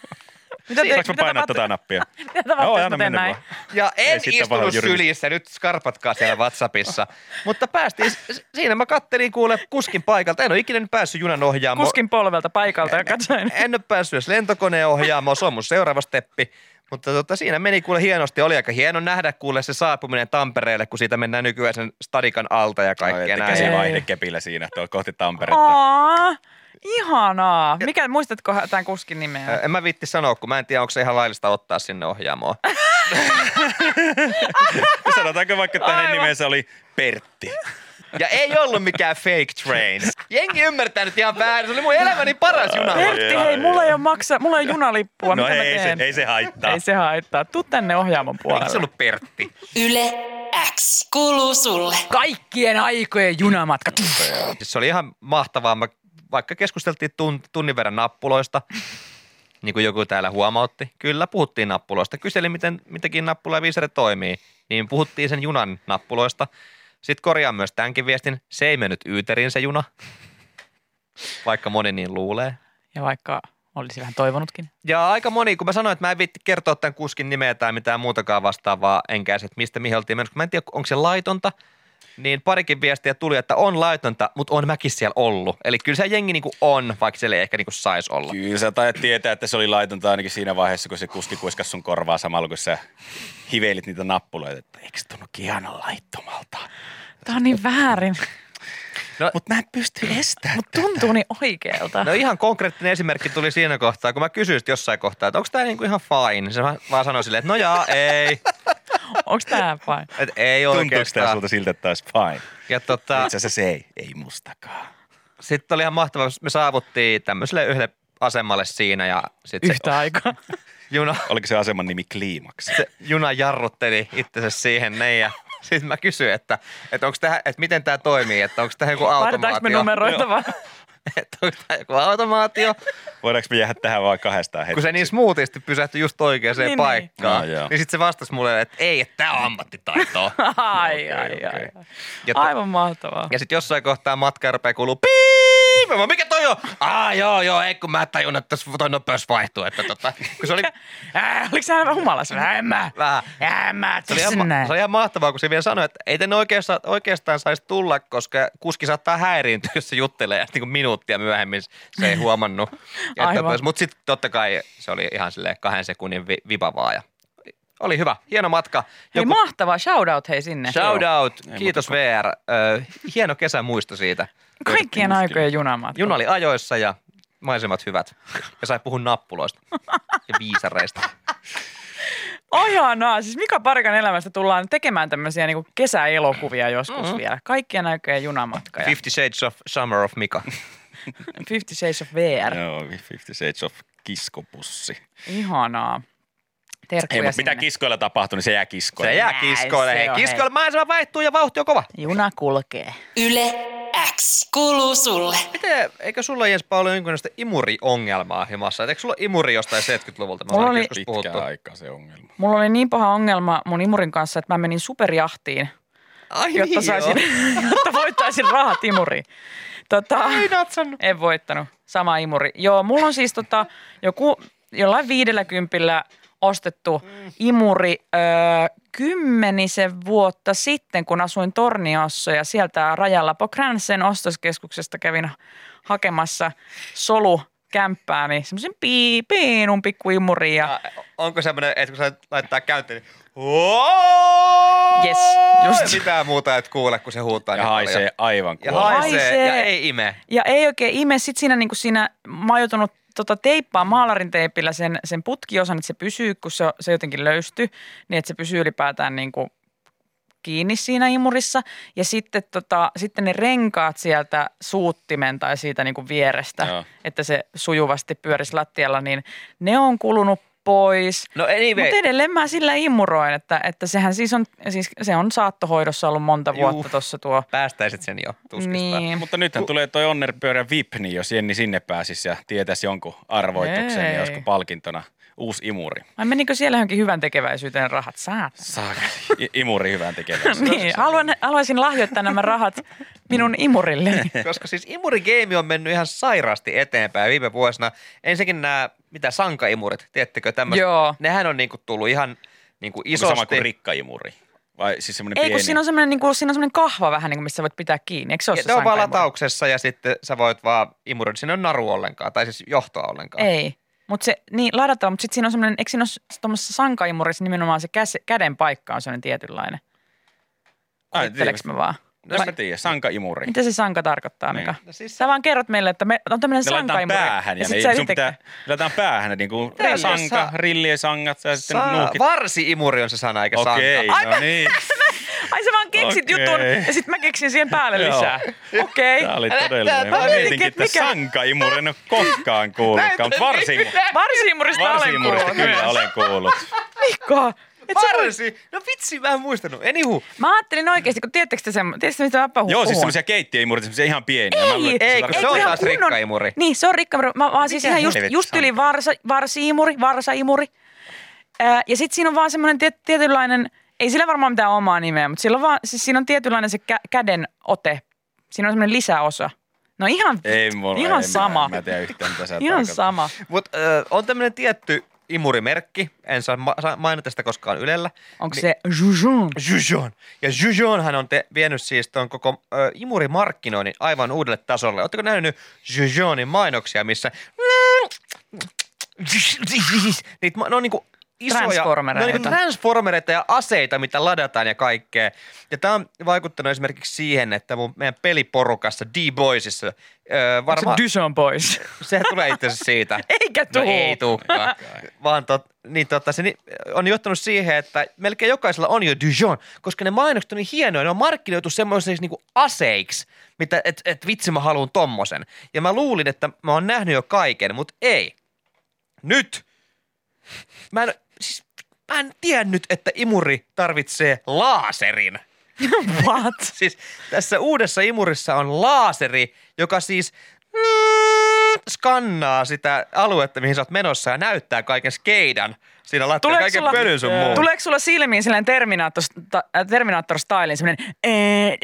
[SPEAKER 3] Mitä te,
[SPEAKER 4] Saanko mä painaa
[SPEAKER 3] tapahtuu-
[SPEAKER 4] tätä nappia?
[SPEAKER 3] Mitä tapahtuu,
[SPEAKER 4] Joo,
[SPEAKER 3] jos
[SPEAKER 4] anna
[SPEAKER 3] mä teen
[SPEAKER 4] mennä
[SPEAKER 3] näin?
[SPEAKER 4] vaan.
[SPEAKER 5] Ja en
[SPEAKER 4] Ei sitten
[SPEAKER 5] istunut
[SPEAKER 4] paljon jyrmistä.
[SPEAKER 5] sylissä, nyt skarpatkaa siellä WhatsAppissa. Mutta päästiin, s- siinä mä kattelin kuule kuskin paikalta, en ole ikinä nyt päässyt junan ohjaamoon.
[SPEAKER 3] Kuskin polvelta paikalta ja katsoin.
[SPEAKER 5] En ole päässyt edes lentokoneen ohjaamoon, se on mun seuraava steppi. Mutta tota, siinä meni kuule hienosti, oli aika hieno nähdä kuule se saapuminen Tampereelle, kun siitä mennään nykyään sen stadikan alta ja kaikkea
[SPEAKER 4] Kaikkea
[SPEAKER 5] näin.
[SPEAKER 3] Ei.
[SPEAKER 4] käsivaihde kepillä siinä tuolla kohti Tamperetta.
[SPEAKER 3] Aa, ihanaa. Mikä, muistatko tämän kuskin nimeä?
[SPEAKER 5] En mä viitti sanoa, kun mä en tiedä, onko se ihan laillista ottaa sinne ohjaamoon.
[SPEAKER 4] No Sanotaanko vaikka, että hänen
[SPEAKER 3] Aivan.
[SPEAKER 4] nimensä oli Pertti.
[SPEAKER 5] Ja ei ollut mikään fake train. Jengi ymmärtää nyt ihan väärin, se oli mun elämäni paras juna.
[SPEAKER 3] Pertti, hei, mulla ei ole maksa, mulla ei ole junalippua.
[SPEAKER 4] No
[SPEAKER 3] Mitä mä
[SPEAKER 4] ei se,
[SPEAKER 3] teen?
[SPEAKER 4] ei se haittaa.
[SPEAKER 3] ei se haittaa. Tuu tänne ohjaamon
[SPEAKER 5] Eikö se
[SPEAKER 3] puolelle.
[SPEAKER 5] ollut Pertti?
[SPEAKER 2] Yle X kuuluu sulle.
[SPEAKER 3] Kaikkien aikojen junamatka.
[SPEAKER 5] Siis se oli ihan mahtavaa. Mä, vaikka keskusteltiin tun, tunnin verran nappuloista, niin kuin joku täällä huomautti, kyllä puhuttiin nappuloista. Kyselin, miten mitäkin nappula ja viisare toimii, niin puhuttiin sen junan nappuloista. Sitten korjaan myös tämänkin viestin. Se ei mennyt yyteriin se juna, vaikka moni niin luulee.
[SPEAKER 3] Ja vaikka olisi vähän toivonutkin.
[SPEAKER 5] Ja aika moni, kun mä sanoin, että mä en viitti kertoa tämän kuskin nimeä tai mitään muutakaan vastaavaa, enkä edes, että mistä mihin oltiin menossa, kun mä en tiedä, onko se laitonta, niin parikin viestiä tuli, että on laitonta, mutta on mäkin siellä ollut. Eli kyllä se jengi niinku on, vaikka siellä ei ehkä niinku saisi olla.
[SPEAKER 4] Kyllä sä tajat tietää, että se oli laitonta ainakin siinä vaiheessa, kun se kuski kuiskas sun korvaa samalla, kun sä hivelit niitä nappuloita. Että eikö se tunnukin ihan laittomalta?
[SPEAKER 3] Tämä on niin väärin,
[SPEAKER 4] Mutta mä en pysty estämään.
[SPEAKER 3] mutta tuntuu niin oikealta.
[SPEAKER 5] No ihan konkreettinen esimerkki tuli siinä kohtaa, kun mä kysyin sit jossain kohtaa, että onko tämä niinku ihan fine. Se vaan- vaan sanoi silleen, että no jaa, ei,
[SPEAKER 3] Onko tämä vain?
[SPEAKER 5] että ei
[SPEAKER 4] Tuntuuko tämä
[SPEAKER 5] oikeastaan.
[SPEAKER 4] sulta siltä, että olisi fine?
[SPEAKER 5] Ja tota,
[SPEAKER 4] Itse asiassa se ei. Ei mustakaan.
[SPEAKER 5] sitten oli ihan mahtavaa, me saavuttiin tämmöiselle yhdelle asemalle siinä ja sitten se
[SPEAKER 3] Yhtä aikaa.
[SPEAKER 5] juna
[SPEAKER 4] Oliko se aseman nimi Kliimaksi?
[SPEAKER 5] se juna jarrutteli itsensä siihen näin ja sitten mä kysyin, että, että, onks tähän, että miten tämä toimii, että onko tämä joku
[SPEAKER 3] Laitetaanko me
[SPEAKER 5] automaatio.
[SPEAKER 3] numeroita vaan?
[SPEAKER 5] että onko tämä joku automaatio,
[SPEAKER 4] Voidaanko me jäädä tähän vaan kahdestaan
[SPEAKER 5] kun
[SPEAKER 4] hetkeksi?
[SPEAKER 5] se niin smoothisti pysähtyi just oikeaan
[SPEAKER 3] Niin, niin.
[SPEAKER 5] paikkaan.
[SPEAKER 4] No,
[SPEAKER 5] Niin,
[SPEAKER 4] joo.
[SPEAKER 5] niin sitten se vastasi mulle, että ei, että tämä on ammattitaitoa.
[SPEAKER 3] Ai, ai,
[SPEAKER 4] Okei,
[SPEAKER 3] ai.
[SPEAKER 4] okei.
[SPEAKER 5] Ja, to,
[SPEAKER 3] Aivan mahtavaa.
[SPEAKER 5] ja sitten jossain kohtaa matkaa rupeaa kuuluu piip. Mä vaan, mikä toi on? Aa joo joo, ei kun mä tajun, että tässä toi nopeus vaihtuu. Että tota, kun se oli
[SPEAKER 3] Äh, oliko sä humalassa? Vähän mä.
[SPEAKER 5] vähän
[SPEAKER 3] Äh, mä.
[SPEAKER 5] Se oli, ihan, ma- se oli ihan mahtavaa, kun se vielä sanoi, että ei tänne oikeastaan, oikeastaan saisi tulla, koska kuski saattaa häiriintyä, jos se juttelee. Ja sitten niin minuuttia myöhemmin se ei huomannut.
[SPEAKER 3] Aivan.
[SPEAKER 5] Mutta sitten totta kai se oli ihan silleen kahden sekunnin vi- vipavaa. Ja oli hyvä, hieno matka.
[SPEAKER 3] Hei, mahtavaa. Shoutout hei sinne.
[SPEAKER 5] shout out,
[SPEAKER 4] Ei
[SPEAKER 5] kiitos VR. Ö, hieno kesämuisto siitä.
[SPEAKER 3] Kaikkien aikojen junamatka.
[SPEAKER 5] Juna oli ajoissa ja maisemat hyvät. Ja sai puhua nappuloista ja viisareista.
[SPEAKER 3] Oh, ihanaa. Siis Mika Parikan elämästä tullaan tekemään tämmöisiä niinku kesäelokuvia joskus mm-hmm. vielä. Kaikkien aikojen junamatka. Ja
[SPEAKER 5] Fifty Shades of Summer of Mika.
[SPEAKER 3] Fifty Shades of VR.
[SPEAKER 4] Joo, 50 Shades of kiskopussi.
[SPEAKER 3] Ihanaa.
[SPEAKER 4] Ei,
[SPEAKER 3] Terkkuja
[SPEAKER 4] mutta mitä
[SPEAKER 3] sinne.
[SPEAKER 4] kiskoilla tapahtuu, niin se jää kiskoille.
[SPEAKER 5] Se jää
[SPEAKER 3] Näin
[SPEAKER 5] kiskoille.
[SPEAKER 3] se on,
[SPEAKER 5] Kiskoille maisema vaihtuu ja vauhti on kova.
[SPEAKER 3] Juna kulkee.
[SPEAKER 2] Yle X kuuluu sulle.
[SPEAKER 5] Miten, eikö sulla Jespa ole jonkinlaista imuriongelmaa himassa? Et Eikö sulla ole imuri jostain 70-luvulta? Me
[SPEAKER 3] Mulla
[SPEAKER 5] ollaan
[SPEAKER 3] oli-
[SPEAKER 5] joskus puhuttu.
[SPEAKER 4] Pitkä aika se ongelma.
[SPEAKER 3] Mulla oli niin paha ongelma mun imurin kanssa, että mä menin superjahtiin,
[SPEAKER 5] Ai
[SPEAKER 3] jotta,
[SPEAKER 5] niin,
[SPEAKER 3] saisin,
[SPEAKER 5] joo.
[SPEAKER 3] jotta voittaisin rahat imuriin. Tota,
[SPEAKER 5] Ei natsannut.
[SPEAKER 3] en voittanut. Sama imuri. Joo, mulla on siis tota, joku jollain viidellä kympillä ostettu imuri öö, kymmenisen vuotta sitten, kun asuin Torniossa ja sieltä rajalla Pokransen ostoskeskuksesta kävin hakemassa solukämppääni, semmoisen pii, piinun pikkuimurin ja
[SPEAKER 5] Ja Onko semmoinen, että kun sä laittaa käyntiin, niin
[SPEAKER 3] Yes, just.
[SPEAKER 5] Ja mitään muuta et kuule, kun se huutaa.
[SPEAKER 4] Ja
[SPEAKER 5] niin
[SPEAKER 4] haisee
[SPEAKER 5] paljon.
[SPEAKER 4] aivan
[SPEAKER 5] Ja
[SPEAKER 4] kuolla.
[SPEAKER 5] haisee.
[SPEAKER 3] Haisee.
[SPEAKER 5] Ja ei ime.
[SPEAKER 3] Ja ei oikein ime. Sitten siinä, niin kuin siinä mä oon joutunut tota, teippaa maalarin teipillä sen, sen putkiosan, että se pysyy, kun se, se jotenkin löystyy, niin että se pysyy ylipäätään niin kuin kiinni siinä imurissa. Ja sitten, tota, sitten ne renkaat sieltä suuttimen tai siitä niin kuin vierestä,
[SPEAKER 4] Joo.
[SPEAKER 3] Joo. että se sujuvasti pyörisi lattialla, niin ne on kulunut pois.
[SPEAKER 5] No anyway.
[SPEAKER 3] Mutta edelleen mä sillä imuroin, että, että sehän siis on, siis se on saattohoidossa ollut monta
[SPEAKER 5] Juu.
[SPEAKER 3] vuotta tuossa tuo.
[SPEAKER 5] Päästäisit sen jo tuskista.
[SPEAKER 3] Niin.
[SPEAKER 4] Mutta nythän tulee toi onnerpyörä VIP, niin jos Jenni sinne pääsisi ja tietäisi jonkun arvoituksen,
[SPEAKER 3] Hei.
[SPEAKER 4] niin olisiko palkintona uusi imuri.
[SPEAKER 3] Vai menikö siellä johonkin hyvän tekeväisyyteen rahat? Saat.
[SPEAKER 4] Saakeli. I- imuri hyvän tekevä.
[SPEAKER 3] Niin, haluan, haluaisin lahjoittaa nämä rahat minun imurille.
[SPEAKER 5] Koska siis imurigeimi on mennyt ihan sairaasti eteenpäin viime vuosina. Ensinnäkin nämä, mitä sankaimurit, tiedättekö tämmöistä?
[SPEAKER 3] Joo.
[SPEAKER 5] Nehän on niinku tullut ihan niinku isosti.
[SPEAKER 4] Sama kuin rikkaimuri. Vai siis semmoinen
[SPEAKER 3] Ei,
[SPEAKER 4] pieni.
[SPEAKER 3] kun siinä on semmoinen, niin kuin, siinä on semmoinen kahva vähän, niin kuin, missä sä voit pitää kiinni. Eikö se ole
[SPEAKER 5] Ja
[SPEAKER 3] se
[SPEAKER 5] ne on vaan
[SPEAKER 3] sankaimuri?
[SPEAKER 5] latauksessa ja sitten sä voit vaan imuroida. Siinä on naru ollenkaan, tai siis johtoa ollenkaan.
[SPEAKER 3] Ei. Mutta se, niin ladataan, mutta sitten siinä on semmoinen, eikö siinä ole tuommoisessa sankaimurissa nimenomaan se käs, käden paikka on semmoinen tietynlainen?
[SPEAKER 4] Ai,
[SPEAKER 3] Kuvitteleks
[SPEAKER 4] tiedä.
[SPEAKER 3] mä vaan?
[SPEAKER 4] No, mä tiedän, sankaimuri.
[SPEAKER 3] Mitä se sanka tarkoittaa,
[SPEAKER 4] Niin.
[SPEAKER 3] Mika?
[SPEAKER 5] No siis-
[SPEAKER 3] Sä vaan kerrot meille, että me, on tämmöinen
[SPEAKER 4] Ne laitetaan
[SPEAKER 3] sankaimuri.
[SPEAKER 4] päähän ja,
[SPEAKER 3] sit
[SPEAKER 4] ne,
[SPEAKER 3] sä
[SPEAKER 4] sun
[SPEAKER 3] itse-
[SPEAKER 4] pitää, ne laitetaan päähän, niin kuin
[SPEAKER 5] Tälleen
[SPEAKER 4] sanka,
[SPEAKER 5] saa-
[SPEAKER 4] rilliesangat ja sitten
[SPEAKER 5] Saa,
[SPEAKER 4] nuukit.
[SPEAKER 5] varsi-imuri on se sana, eikä sanka.
[SPEAKER 4] Okei, no niin.
[SPEAKER 3] Ai sä vaan keksit
[SPEAKER 4] Okei.
[SPEAKER 3] jutun ja sitten mä keksin siihen päälle
[SPEAKER 4] Joo.
[SPEAKER 3] lisää. Okei.
[SPEAKER 4] Tämä oli
[SPEAKER 5] Älä-
[SPEAKER 4] todellinen.
[SPEAKER 5] tää-
[SPEAKER 4] Mä
[SPEAKER 5] tää-
[SPEAKER 3] että
[SPEAKER 4] mietinkin, että
[SPEAKER 3] mikä-
[SPEAKER 4] sankaimuri en ole koskaan kuullutkaan, mutta varsimu,
[SPEAKER 3] Varsiimurista olen
[SPEAKER 4] varsiimurista
[SPEAKER 3] kuullut.
[SPEAKER 4] kyllä olen kuullut.
[SPEAKER 3] Mikko, et sä voi-
[SPEAKER 5] Varsi! No vitsi, mä en muistanut. Anywho.
[SPEAKER 3] Mä ajattelin oikeasti, kun tiedättekö te semmo... Tiedätkö, mistä mä puhun?
[SPEAKER 4] Joo, siis semmoisia keittiöimurit, semmoisia ihan pieniä. Mä luulen, että
[SPEAKER 5] Ei,
[SPEAKER 4] se
[SPEAKER 5] kun
[SPEAKER 4] tar-
[SPEAKER 5] se on
[SPEAKER 3] kun ihan
[SPEAKER 5] taas
[SPEAKER 3] kunnon-
[SPEAKER 5] rikkaimuri.
[SPEAKER 3] Niin, se on rikkaimuri. Mä, vaan siis
[SPEAKER 5] Mitä
[SPEAKER 3] ihan just,
[SPEAKER 4] helvetin
[SPEAKER 3] just yli varsa, varsiimuri, varsaimuri. Ää, ja sitten siinä on vaan semmoinen tiet, tietynlainen, ei sillä varmaan mitään omaa nimeä, mutta sillä on vaan, siis siinä on tietynlainen se kä- käden ote. Siinä on semmoinen lisäosa. No ihan,
[SPEAKER 4] Ei mulla,
[SPEAKER 3] ihan
[SPEAKER 4] ei,
[SPEAKER 3] sama.
[SPEAKER 4] Mä, mä en tiedä yhtään, mitä sä
[SPEAKER 3] ihan
[SPEAKER 4] tarkoitat.
[SPEAKER 3] sama.
[SPEAKER 5] Mutta on tämmöinen tietty imurimerkki. En saa ma- saa mainita sitä koskaan Ylellä.
[SPEAKER 3] Onko se jujun?
[SPEAKER 5] Jujon. Ja Jujonhan on te- vienyt siis tuon koko ö, imurimarkkinoinnin aivan uudelle tasolle. Oletteko nähnyt Jujonin mainoksia, missä... Niitä, ma- ne on niinku isoja,
[SPEAKER 3] Transformereita.
[SPEAKER 5] Ne on niinku transformereita ja aseita, mitä ladataan ja kaikkea. Ja tämä on vaikuttanut esimerkiksi siihen, että mun, meidän peliporukassa D-Boysissa ö,
[SPEAKER 3] Onko
[SPEAKER 5] varmaan...
[SPEAKER 3] se dyson pois?
[SPEAKER 5] Sehän tulee itse asiassa siitä.
[SPEAKER 3] Eikä
[SPEAKER 5] No
[SPEAKER 3] tuu.
[SPEAKER 5] ei tulekaan. Vaan tot, niin totta, se ni- on johtanut siihen, että melkein jokaisella on jo Dijon, koska ne mainokset on niin hienoja. Ne on markkinoitu semmoisiksi niinku aseiksi, mitä, et, et vitsi mä haluan tommosen. Ja mä luulin, että mä oon nähnyt jo kaiken, mutta ei. Nyt! Mä en, siis, mä en tiennyt, että imuri tarvitsee laaserin.
[SPEAKER 3] What?
[SPEAKER 5] Siis tässä uudessa imurissa on laaseri, joka siis mm, skannaa sitä aluetta, mihin sä oot menossa ja näyttää kaiken skeidan. Siinä laittaa
[SPEAKER 3] Tuleeko
[SPEAKER 5] kaiken
[SPEAKER 3] sulla-
[SPEAKER 5] pölyn sun muun.
[SPEAKER 3] Tuleeko sulla silmiin sellainen Terminator, äh, Terminator style, sellainen eh,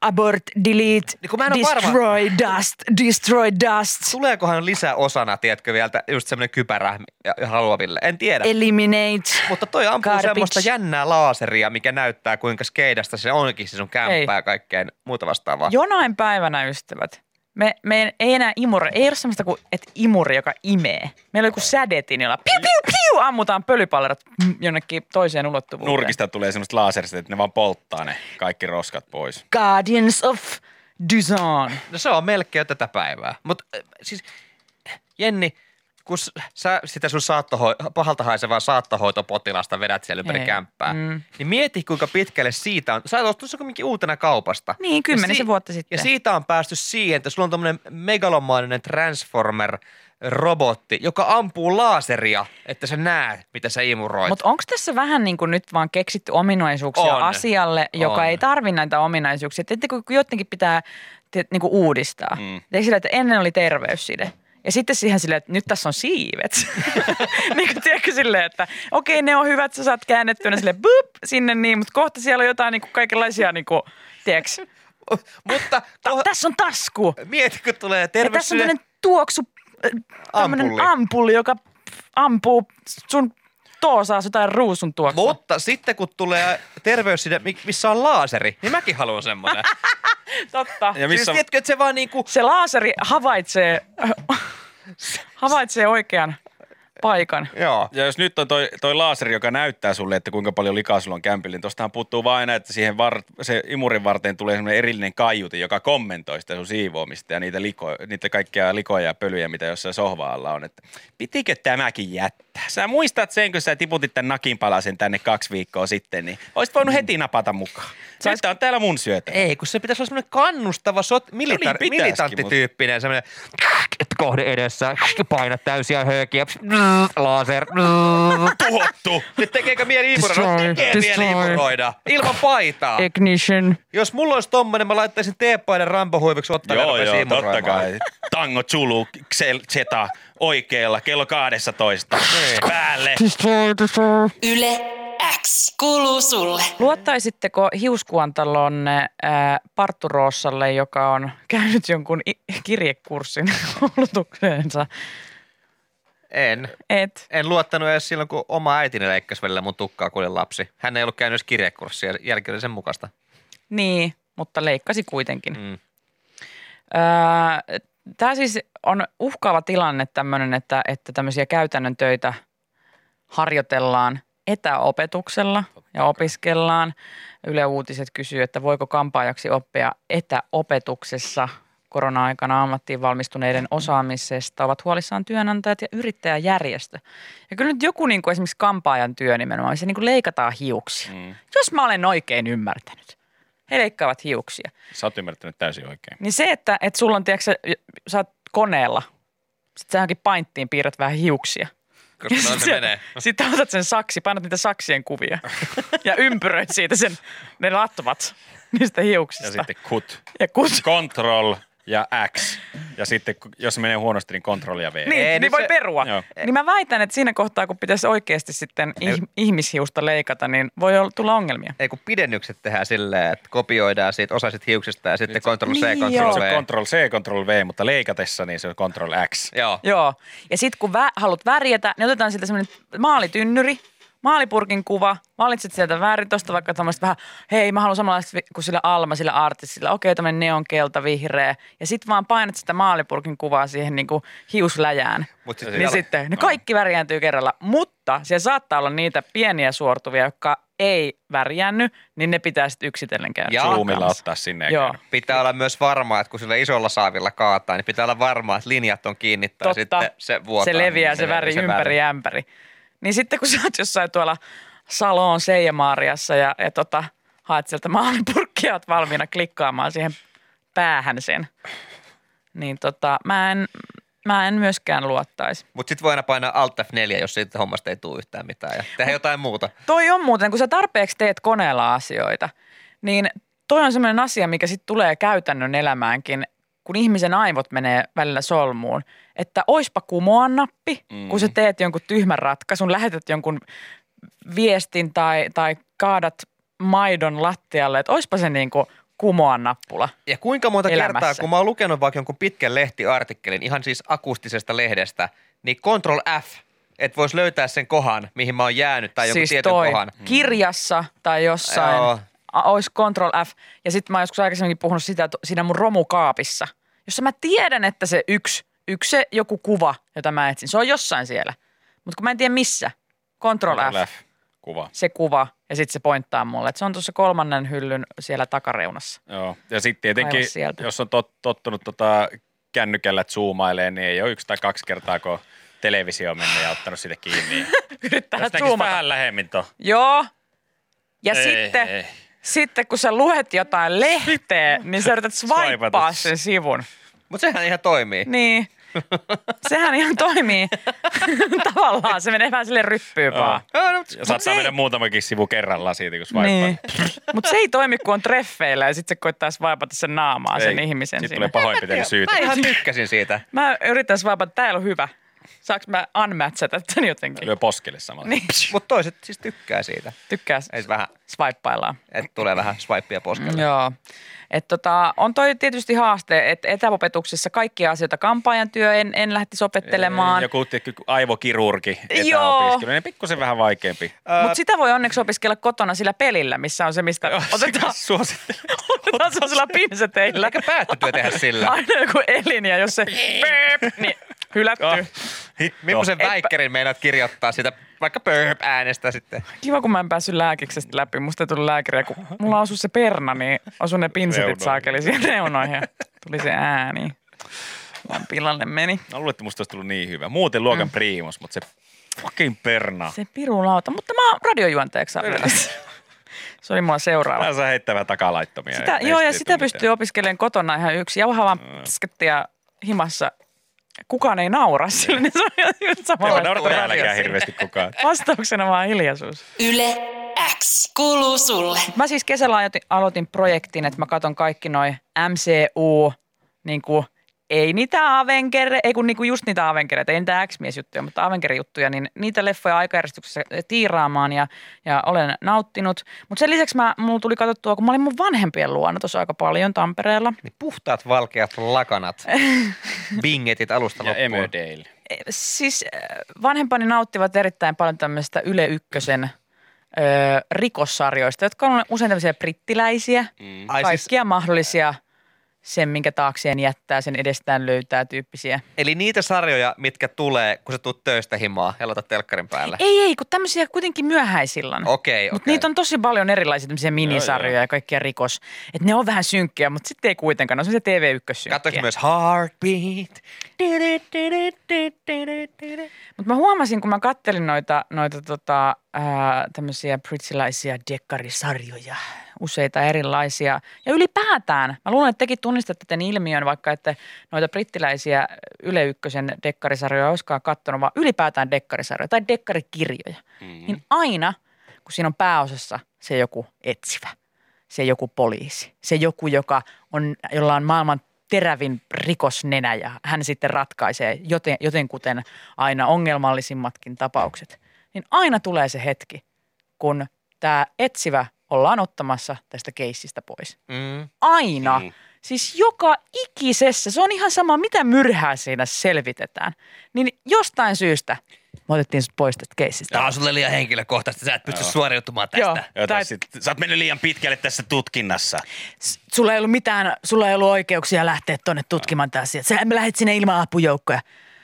[SPEAKER 3] abort, delete,
[SPEAKER 5] Niin kun mä en oo
[SPEAKER 3] destroy dust, destroy dust,
[SPEAKER 5] Tuleekohan lisäosana, tiedätkö, vielä tä- just semmoinen kypärä ja- haluaville? En tiedä.
[SPEAKER 3] eliminate.
[SPEAKER 5] Mutta toi ampuu
[SPEAKER 3] Garbage.
[SPEAKER 5] semmoista jännää laaseria, mikä näyttää kuinka skeidasta se onkin, se sun kämppää ja kaikkea muuta vastaavaa.
[SPEAKER 3] Jonain päivänä, ystävät, me, me ei enää imuri, ei ole semmoista kuin että imuri, joka imee. Meillä on joku sädetin, jolla piu, piu, piu, ammutaan pölypallerot mm, jonnekin toiseen ulottuvuuteen.
[SPEAKER 4] Nurkista tulee semmoista laaserista, että ne vaan polttaa ne kaikki roskat pois.
[SPEAKER 3] Guardians of Duzon.
[SPEAKER 5] No se on melkein jo tätä päivää. Mutta siis, Jenni, kun s- sä sitä sun saattoho- pahalta haisevaa saattohoitopotilasta vedät siellä ympäri
[SPEAKER 3] Ei.
[SPEAKER 5] kämppää,
[SPEAKER 3] Mm.
[SPEAKER 5] mm. niin mieti kuinka pitkälle siitä on. Sä oot ostanut se kuitenkin uutena kaupasta.
[SPEAKER 3] Niin,
[SPEAKER 5] Ja
[SPEAKER 3] kymmenisen vuotta sitten.
[SPEAKER 5] Ja siitä on päästy siihen, että sulla on tämmöinen megalomaaninen transformer-robotti, joka ampuu laaseria, että sä näet, mitä sä imuroit.
[SPEAKER 3] Mutta onko tässä vähän niin kuin nyt vaan keksitty ominaisuuksia
[SPEAKER 5] On.
[SPEAKER 3] asialle, joka
[SPEAKER 5] On.
[SPEAKER 3] ei tarvi näitä ominaisuuksia? Tiettikö, kun jotenkin pitää te, niin kuin uudistaa. Mm. Eikö sillä, että ennen oli terveysside? Ja sitten siihen silleen, että nyt tässä on siivet. niin kuin tiedätkö silleen, että okei ne on hyvät, sä saat käännettynä sille bup, sinne niin, mutta kohta siellä on jotain niin kuin kaikenlaisia, niin kuin, tiedätkö,
[SPEAKER 5] Mutta
[SPEAKER 3] ta-
[SPEAKER 5] koh-
[SPEAKER 3] tässä on tasku.
[SPEAKER 5] mieti, kun tulee
[SPEAKER 3] Ja tässä on
[SPEAKER 5] terveyssyö.
[SPEAKER 3] tämmöinen tuoksu, äh, tämmönen
[SPEAKER 5] Ampulli.
[SPEAKER 3] ampulli, joka ampuu sun toosaa jotain ruusun tuoksua.
[SPEAKER 5] Mutta sitten kun tulee terveys sinne, mi- missä on laaseri, niin mäkin haluan semmoinen.
[SPEAKER 3] Totta.
[SPEAKER 4] Ja
[SPEAKER 5] siis
[SPEAKER 4] missä,
[SPEAKER 5] tiedätkö, että se vaan niinku,
[SPEAKER 3] Se laaseri havaitsee, havaitsee oikean paikan.
[SPEAKER 5] joo.
[SPEAKER 4] ja jos nyt on toi, toi laaseri, joka näyttää sulle, että kuinka paljon likaa sulla on kämpillä, niin tostahan puuttuu vain aina, että siihen var, se imurin varteen tulee semmoinen erillinen kaiuti, joka kommentoi sitä sun siivoamista ja niitä, liko, niitä kaikkia likoja ja pölyjä, mitä jossain sohvaalla on. Että pitikö tämäkin jättää? Sä muistat sen, kun sä tiputit tämän nakinpalasen tänne kaksi viikkoa sitten, niin olisit voinut heti napata mukaan. Nyt tää on täällä mun syötä.
[SPEAKER 5] Ei, kun se pitäisi olla semmoinen kannustava sot,
[SPEAKER 4] No niin
[SPEAKER 5] militar,
[SPEAKER 4] pitäisikin,
[SPEAKER 5] militanttityyppinen, semmoinen kohde edessä, paina täysiä höökiä, laser,
[SPEAKER 4] tuhottu.
[SPEAKER 5] Nyt tekeekö mieli imuroida?
[SPEAKER 3] Destroy,
[SPEAKER 5] Tekee mieli
[SPEAKER 3] destroy.
[SPEAKER 5] imuroida. Ilman paitaa.
[SPEAKER 3] Ignition.
[SPEAKER 5] Jos mulla olisi tommonen, mä laittaisin teepaidan rampohuiviksi ottaa
[SPEAKER 4] joo,
[SPEAKER 5] ja
[SPEAKER 4] joo,
[SPEAKER 5] rupesin
[SPEAKER 4] totta
[SPEAKER 5] imuroimaan.
[SPEAKER 4] kai. Tango Zulu, Xel- Zeta, oikealla, kello 12.
[SPEAKER 5] Niin.
[SPEAKER 4] Päälle.
[SPEAKER 3] Destroy, destroy.
[SPEAKER 2] Yle X. Kuuluu sulle.
[SPEAKER 3] Luottaisitteko hiuskuontalon äh, Parturoossalle, joka on käynyt jonkun i- kirjekurssin koulutukseensa?
[SPEAKER 5] En.
[SPEAKER 3] Et.
[SPEAKER 5] En luottanut edes silloin, kun oma äitini leikkasi välillä mun tukkaa, kun olin lapsi. Hän ei ollut käynyt edes kirjekurssia, jälki oli sen mukaista.
[SPEAKER 3] Niin, mutta leikkasi kuitenkin.
[SPEAKER 5] Mm.
[SPEAKER 3] Tämä siis on uhkaava tilanne tämmöinen, että, että tämmöisiä käytännön töitä harjoitellaan etäopetuksella ja opiskellaan. Yle Uutiset kysyy, että voiko kampaajaksi oppia etäopetuksessa korona-aikana ammattiin valmistuneiden osaamisesta ovat huolissaan työnantajat ja yrittäjäjärjestö. Ja kyllä nyt joku niin kuin esimerkiksi kampaajan työ nimenomaan, missä niin kuin leikataan hiuksia. Mm. Jos mä olen oikein ymmärtänyt, he leikkaavat hiuksia.
[SPEAKER 4] Sä oot ymmärtänyt täysin oikein.
[SPEAKER 3] Niin se, että, että sulla on, tiedätkö, sä, sä oot koneella, sitten sä johonkin painttiin piirrät vähän hiuksia.
[SPEAKER 5] Koska noin se
[SPEAKER 3] Sitten-
[SPEAKER 5] menee.
[SPEAKER 3] Sitten otat sen saksi, painat niitä saksien kuvia ja ympyröit siitä sen, ne latvat niistä hiuksista.
[SPEAKER 4] Ja sitten kut.
[SPEAKER 3] ja kun,
[SPEAKER 4] Control ja X. Ja sitten kun- jos menee huonosti, niin Control ja V.
[SPEAKER 3] niin,
[SPEAKER 5] Ei,
[SPEAKER 3] niin
[SPEAKER 5] nyt
[SPEAKER 3] voi
[SPEAKER 5] se-
[SPEAKER 3] perua.
[SPEAKER 4] joo.
[SPEAKER 3] Niin mä väitän, että siinä kohtaa, kun pitäisi oikeasti sitten ih- ihmishiusta leikata, niin voi olla, tulla ongelmia.
[SPEAKER 5] Ei kun pidennykset tehdään silleen, että kopioidaan siitä osa sit hiuksista ja sitten Ctrl C,
[SPEAKER 3] Niin
[SPEAKER 5] Ctrl
[SPEAKER 3] joo.
[SPEAKER 4] Se on
[SPEAKER 5] V.
[SPEAKER 4] Control C, Control V, mutta leikatessa niin se on Control X.
[SPEAKER 5] Joo.
[SPEAKER 3] Joo. Ja sitten kun vä- haluat värjätä, niin otetaan sieltä semmoinen maalitynnyri, maalipurkin kuva, valitset sieltä väärin, tosta vaikka tämmöistä vähän, hei mä haluan samanlaista vi- kuin sillä Alma, sillä artistilla, okei tämmöinen neonkelta, vihreä, ja sitten vaan painat sitä maalipurkin kuvaa siihen niinku hiusläjään.
[SPEAKER 5] Mut sit
[SPEAKER 3] niin
[SPEAKER 5] siellä-
[SPEAKER 3] sitten, ne kaikki värjääntyy kerralla, mutta siellä saattaa olla niitä pieniä suortuvia, jotka ei värjänny, niin ne pitää sitten yksitellen käydä.
[SPEAKER 5] Ja-
[SPEAKER 4] Zoomilla
[SPEAKER 3] kanssa.
[SPEAKER 4] ottaa sinne. ja
[SPEAKER 3] Joo.
[SPEAKER 4] käydä.
[SPEAKER 5] Pitää olla myös varmaa, että kun sillä isolla saavilla kaataa, niin pitää olla varmaa, että linjat on kiinni tai
[SPEAKER 3] Totta.
[SPEAKER 5] sitten se vuotaa.
[SPEAKER 3] se leviää
[SPEAKER 5] Niin
[SPEAKER 3] se, väri ympäri ja ämpäri. Niin sitten kun sä oot jossain tuolla Saloon Seijamaariassa ja, ja tota, haet sieltä maalipurkkia, oot valmiina klikkaamaan siihen päähän sen. Niin tota, mä en, mä en myöskään luottaisi.
[SPEAKER 5] Mutta sitten voi aina painaa Alt F4, jos siitä hommasta ei tule yhtään mitään ja tehdä jotain muuta.
[SPEAKER 3] Toi on muuten, kun sä tarpeeksi teet koneella asioita, niin toi on semmoinen asia, mikä sitten tulee käytännön elämäänkin, kun ihmisen aivot menee välillä solmuun, että oispa kumoan nappi, mm. kun sä teet jonkun tyhmän ratkaisun, lähetät jonkun viestin tai, tai kaadat maidon lattialle, että oispa se niin kuin kumoan nappula.
[SPEAKER 5] Ja kuinka monta
[SPEAKER 3] Elämässä.
[SPEAKER 5] kertaa, kun mä oon lukenut vaikka jonkun pitkän lehtiartikkelin, ihan siis akustisesta lehdestä, niin Control F, että voisi löytää sen kohan, mihin mä oon jäänyt tai
[SPEAKER 3] Siis
[SPEAKER 5] jonkun tietyn kohan. Hmm.
[SPEAKER 3] kirjassa tai jossain,
[SPEAKER 5] Joo.
[SPEAKER 3] a- olisi Control F. Ja sitten mä oon joskus aikaisemminkin puhunut sitä, että siinä mun romukaapissa, jossa mä tiedän, että se yksi, yksi se joku kuva, jota mä etsin, se on jossain siellä. Mutta kun mä en tiedä missä, Control,
[SPEAKER 4] Control
[SPEAKER 3] F,
[SPEAKER 4] F. Kuva.
[SPEAKER 3] se kuva, ja sitten se pointtaa mulle, että se on tuossa kolmannen hyllyn siellä takareunassa.
[SPEAKER 4] Joo. Ja sitten tietenkin,
[SPEAKER 3] Kaivaa sieltä.
[SPEAKER 4] jos on tot, tottunut tota kännykällä zoomailemaan, niin ei ole yksi tai kaksi kertaa, kun televisio on mennyt ja ottanut sitä kiinni.
[SPEAKER 3] Yrittää
[SPEAKER 4] Jos näkisi
[SPEAKER 3] zoomata.
[SPEAKER 4] vähän lähemmin to.
[SPEAKER 3] Joo. Ja
[SPEAKER 4] Ei,
[SPEAKER 3] sitten,
[SPEAKER 4] ei.
[SPEAKER 3] sitten kun sä luet jotain lehteä, niin sä yrität swipeaa
[SPEAKER 4] Swipata.
[SPEAKER 3] sen sivun.
[SPEAKER 5] Mutta sehän ihan toimii.
[SPEAKER 3] Niin. Sehän ihan toimii. Tavallaan se menee vähän sille ryppyyn vaan.
[SPEAKER 5] Ah, no, mut
[SPEAKER 3] se
[SPEAKER 4] Ja saattaa
[SPEAKER 3] ei-
[SPEAKER 4] mennä muutamakin sivu kerrallaan siitä, kun swipeaa.
[SPEAKER 3] Niin. Mutta se ei toimi, kun on treffeillä ja sitten se koittaa vaipata sen naamaa sen
[SPEAKER 4] Ei.
[SPEAKER 3] ihmisen
[SPEAKER 4] Sitten
[SPEAKER 3] siinä.
[SPEAKER 4] tulee pahoinpitely syytä.
[SPEAKER 5] Mä ihan tykkäsin siitä.
[SPEAKER 3] Mä yritän vaipata, että täällä on hyvä. Saanko mä unmatchata tämän jotenkin?
[SPEAKER 4] Lyö poskelle samalla.
[SPEAKER 3] Niin,
[SPEAKER 5] Mutta toiset siis tykkää siitä,
[SPEAKER 3] tykkää
[SPEAKER 5] Ei se vähän.
[SPEAKER 3] swipeillaan.
[SPEAKER 5] että tulee vähän swipeia poskelle.
[SPEAKER 3] Joo. Et tota, on toi tietysti haaste, että etäopetuksessa kaikkia asioita, kampaajan työ en, en lähtisi opettelemaan.
[SPEAKER 4] Joku tietty aivokirurgi
[SPEAKER 3] Joo.
[SPEAKER 4] etäopiskelu, niin pikkusen vähän vaikeampi.
[SPEAKER 3] Mutta sitä voi onneksi opiskella kotona sillä pelillä, missä on se, mistä otetaan,
[SPEAKER 4] Suosittelen.
[SPEAKER 3] otetaan sellaisilla pinseteillä.
[SPEAKER 5] Eikä päättötyö tehdä sillä.
[SPEAKER 3] Aina joku elin ja jos se pööp, niin hylätty.
[SPEAKER 5] Ah.
[SPEAKER 4] Joo.
[SPEAKER 5] Millaisen
[SPEAKER 3] Eipä-
[SPEAKER 5] väikkerin meinaat kirjoittaa sitä vaikka pörp äänestä sitten?
[SPEAKER 3] Kiva, kun mä en päässyt lääkiksestä läpi. Musta ei tullut lääkäriä, kun mulla osui se perna, niin osui ne pinsetit
[SPEAKER 4] Reunoihin.
[SPEAKER 3] saakeli siihen reunoihin ja tuli se ääni. Vaan pilalle meni.
[SPEAKER 4] Mä luulen, että musta olisi tullut niin hyvä. Muuten luokan mm. priimus, mutta se fucking perna.
[SPEAKER 3] Se pirulauta, mutta mä oon radiojuonteeksi arvellut. Se oli mulla seuraava.
[SPEAKER 4] Mä saa heittää vähän takalaittomia.
[SPEAKER 3] Sitä,
[SPEAKER 4] ei-
[SPEAKER 3] joo,
[SPEAKER 4] ei
[SPEAKER 3] ja
[SPEAKER 4] sit
[SPEAKER 3] sitä
[SPEAKER 4] tuu
[SPEAKER 3] pystyy
[SPEAKER 4] mitään.
[SPEAKER 5] Mm.
[SPEAKER 3] opiskelemaan kotona ihan yksi. Jauhaa vaan pskettiä himassa kukaan ei naura sille, niin se on ihan
[SPEAKER 4] Ei
[SPEAKER 3] sama.
[SPEAKER 4] mä noudata täälläkään hirveästi kukaan.
[SPEAKER 3] Vastauksena vaan hiljaisuus.
[SPEAKER 2] Yle X kuuluu sulle.
[SPEAKER 3] Mä siis kesällä ajoitin- aloitin projektin, että mä katon kaikki noi MCU, niin kuin, ei niitä Avenger, ei kun niinku just niitä Avengereita, ei niitä X-miesjuttuja, mutta Avenger-juttuja, niin niitä leffoja aikajärjestyksessä tiiraamaan ja, ja olen nauttinut. Mutta sen lisäksi mä, mulla tuli katsottua, kun mä olin mun vanhempien luona tuossa aika paljon Tampereella.
[SPEAKER 5] Niin puhtaat valkeat lakanat, bingetit alusta
[SPEAKER 4] Ja
[SPEAKER 5] loppuun.
[SPEAKER 4] Emmerdale.
[SPEAKER 3] E, Siis äh, vanhempani nauttivat erittäin paljon tämmöistä Yle Ykkösen ö, rikossarjoista, jotka on usein tämmöisiä brittiläisiä –
[SPEAKER 4] Mm.
[SPEAKER 5] Ai siis,
[SPEAKER 3] kaikkia mahdollisia sen, minkä taakseen jättää, sen edestään löytää tyyppisiä.
[SPEAKER 5] eli niitä sarjoja, mitkä tulee, kun sä tuut töistä himaa ja laitat telkkarin päälle.
[SPEAKER 3] Ei, ei, kun tämmöisiä kuitenkin myöhäisillan.
[SPEAKER 5] Okei, okei.
[SPEAKER 3] Mut niitä on tosi paljon erilaisia tämmöisiä minisarjoja ja kaikkia rikos. Et ne on vähän synkkiä, mutta sitten ei kuitenkaan. Ne on semmoisia TV1
[SPEAKER 5] Katsoinko
[SPEAKER 3] synkkiä.
[SPEAKER 5] myös Heartbeat?
[SPEAKER 3] Mutta mä huomasin, kun mä kattelin noita, noita tota, ää, tämmöisiä britsiläisiä dekkarisarjoja, useita erilaisia. Ja ylipäätään, mä luulen, että tekin tunnistatte tämän ilmiön, vaikka ette noita brittiläisiä Yle Ykkösen dekkarisarjoja olisikaan kattonut, vaan ylipäätään dekkarisarjoja tai dekkarikirjoja. Mm-hmm. Niin aina, kun siinä on pääosassa se joku etsivä, se joku poliisi, se joku, joka on, jolla on maailman terävin rikosnenä ja hän sitten ratkaisee joten, jotenkuten aina ongelmallisimmatkin tapaukset, niin aina tulee se hetki, kun tämä etsivä ollaan ottamassa tästä keissistä pois.
[SPEAKER 5] Mm.
[SPEAKER 3] Aina.
[SPEAKER 4] Mm.
[SPEAKER 3] Mm. Siis joka ikisessä. Se on ihan sama, mitä myrhää siinä selvitetään. Niin jostain syystä me otettiin sut pois tästä keissistä.
[SPEAKER 5] Tämä on sulle liian henkilökohtaista, sä et pysty
[SPEAKER 4] Joo.
[SPEAKER 5] suoriutumaan
[SPEAKER 3] Joo.
[SPEAKER 5] tästä.
[SPEAKER 4] Jota
[SPEAKER 3] Tai-
[SPEAKER 4] sit, sä oot mennyt liian pitkälle tässä tutkinnassa.
[SPEAKER 3] S- sulla ei ollut mitään, sulla ei ollut oikeuksia lähteä tonne tutkimaan tätä asiaa. Sä lähet sinne ilman apujoukkoja.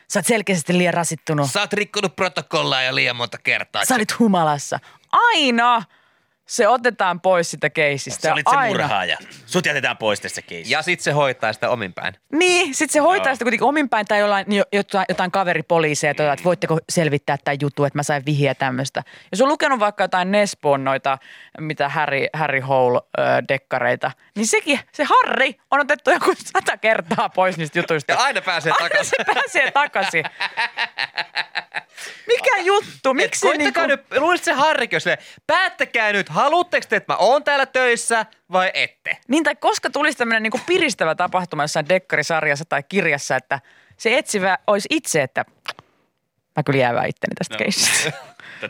[SPEAKER 3] Sä oot selkeästi liian rasittunut.
[SPEAKER 5] Sä oot rikkonut protokollaa jo liian monta kertaa.
[SPEAKER 3] No. Sä olit humalassa. Aina se otetaan pois sitä keisistä.
[SPEAKER 4] Sä olit se
[SPEAKER 3] Aina.
[SPEAKER 4] murhaaja. Sut jätetään pois tästä keissistä.
[SPEAKER 5] Ja sit se hoitaa sitä omin päin.
[SPEAKER 3] Niin, sit se hoitaa
[SPEAKER 4] Joo.
[SPEAKER 3] Joo. sitä kuitenkin omin päin tai jollain, niin jo- jotain, jotain kaveripoliiseja, tota,
[SPEAKER 5] Mm.
[SPEAKER 3] että voitteko selvittää tämän jutun, että mä sain vihiä tämmöistä. Jos on lukenut vaikka jotain Nespoon noita, mitä Harry, Harry Hole-dekkareita, niin sekin, se Harry on otettu joku sata kertaa pois niistä jutuista.
[SPEAKER 5] Ja aina pääsee takaisin.
[SPEAKER 3] se pääsee takaisin. Mikä juttu? Miksi
[SPEAKER 5] Koittakaa
[SPEAKER 3] niin kuin...
[SPEAKER 5] nyt, luulisit se harrikö silleen, päättäkää nyt, haluatteko te, että mä oon täällä töissä vai ette?
[SPEAKER 3] Niin tai koska tulisi tämmöinen niin piristävä tapahtuma jossain dekkarisarjassa tai kirjassa, että se etsivä olisi itse, että mä kyllä jäävän itteni tästä no. keissistä.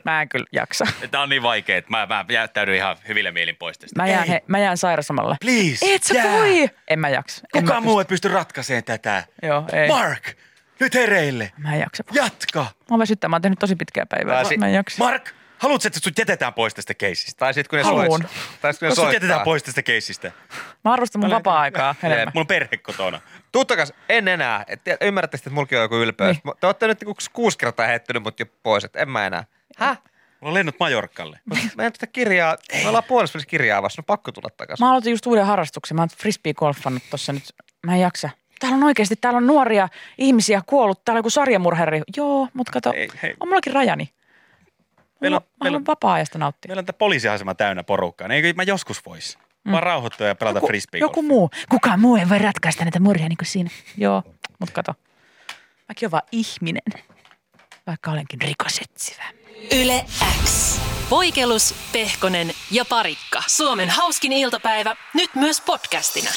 [SPEAKER 3] Mä en kyllä jaksa.
[SPEAKER 4] Tää on niin vaikea, että mä, mä jättäydyn ihan hyvillä mielin pois tästä.
[SPEAKER 3] Mä jään,
[SPEAKER 4] Ei,
[SPEAKER 3] he, mä jään sairasamalle.
[SPEAKER 4] Please,
[SPEAKER 3] Et sä
[SPEAKER 4] jää.
[SPEAKER 3] voi! En mä jaksa. En
[SPEAKER 4] Kukaan
[SPEAKER 3] mä,
[SPEAKER 4] muu ei pysty ratkaiseen tätä.
[SPEAKER 3] Joo, ei.
[SPEAKER 4] Mark, nyt hereille.
[SPEAKER 3] Mä en jaksa.
[SPEAKER 4] Jatka.
[SPEAKER 3] Mä oon väsyttää. Mä oon tehnyt tosi pitkää päivää.
[SPEAKER 5] Mä
[SPEAKER 3] Mä,
[SPEAKER 5] si-
[SPEAKER 3] mä en jaksa.
[SPEAKER 4] Mark, haluatko, että sut jätetään pois tästä keissistä?
[SPEAKER 5] Tai sit kun ne
[SPEAKER 3] Haluun.
[SPEAKER 5] soit- Tai sit kun ne
[SPEAKER 4] Jos sut
[SPEAKER 5] soittaa.
[SPEAKER 4] jätetään pois tästä keissistä.
[SPEAKER 3] Mä arvostan mun vapaa-aikaa enemmän.
[SPEAKER 4] Mulla on perhe kotona.
[SPEAKER 5] Tuttakas, en enää. Et te- Ymmärrätte sitten, että mulki on joku ylpeys. Niin. Te ootte nyt niinku kuusi kertaa heittänyt mut jo pois, että en mä enää. Häh?
[SPEAKER 4] Mulla on lennot Majorkalle.
[SPEAKER 5] Mä en tätä kirjaa, me ollaan puolessa kirjaa vasta, no pakko tulla takaisin.
[SPEAKER 3] Mä aloitin just uuden harrastuksen. Mä oon frisbee-golfannut tossa nyt. Mä en jaksa. Täällä on oikeasti, täällä on nuoria ihmisiä kuollut. Täällä on joku sarjamurhari. Joo, mutta kato,
[SPEAKER 4] Hei, hei.
[SPEAKER 3] on mullakin rajani.
[SPEAKER 4] Meillä
[SPEAKER 3] Meillä,
[SPEAKER 4] on-
[SPEAKER 3] mä
[SPEAKER 4] meillä on-
[SPEAKER 3] haluan vapaa-ajasta nauttia.
[SPEAKER 4] Meillä on tämä poliisiasema täynnä porukkaa. Niin eikö mä joskus vois? Vaan rauhoittua ja pelata
[SPEAKER 3] Mm. joku,
[SPEAKER 4] frisbee
[SPEAKER 3] joku muu. Kukaan muu ei voi ratkaista näitä murhia niin kuin siinä. Joo, mutta kato. Mäkin oon vaan ihminen, vaikka olenkin rikosetsivä.
[SPEAKER 2] Yle X.
[SPEAKER 1] Voikelus, Pehkonen ja Parikka. Suomen hauskin iltapäivä, nyt myös podcastina.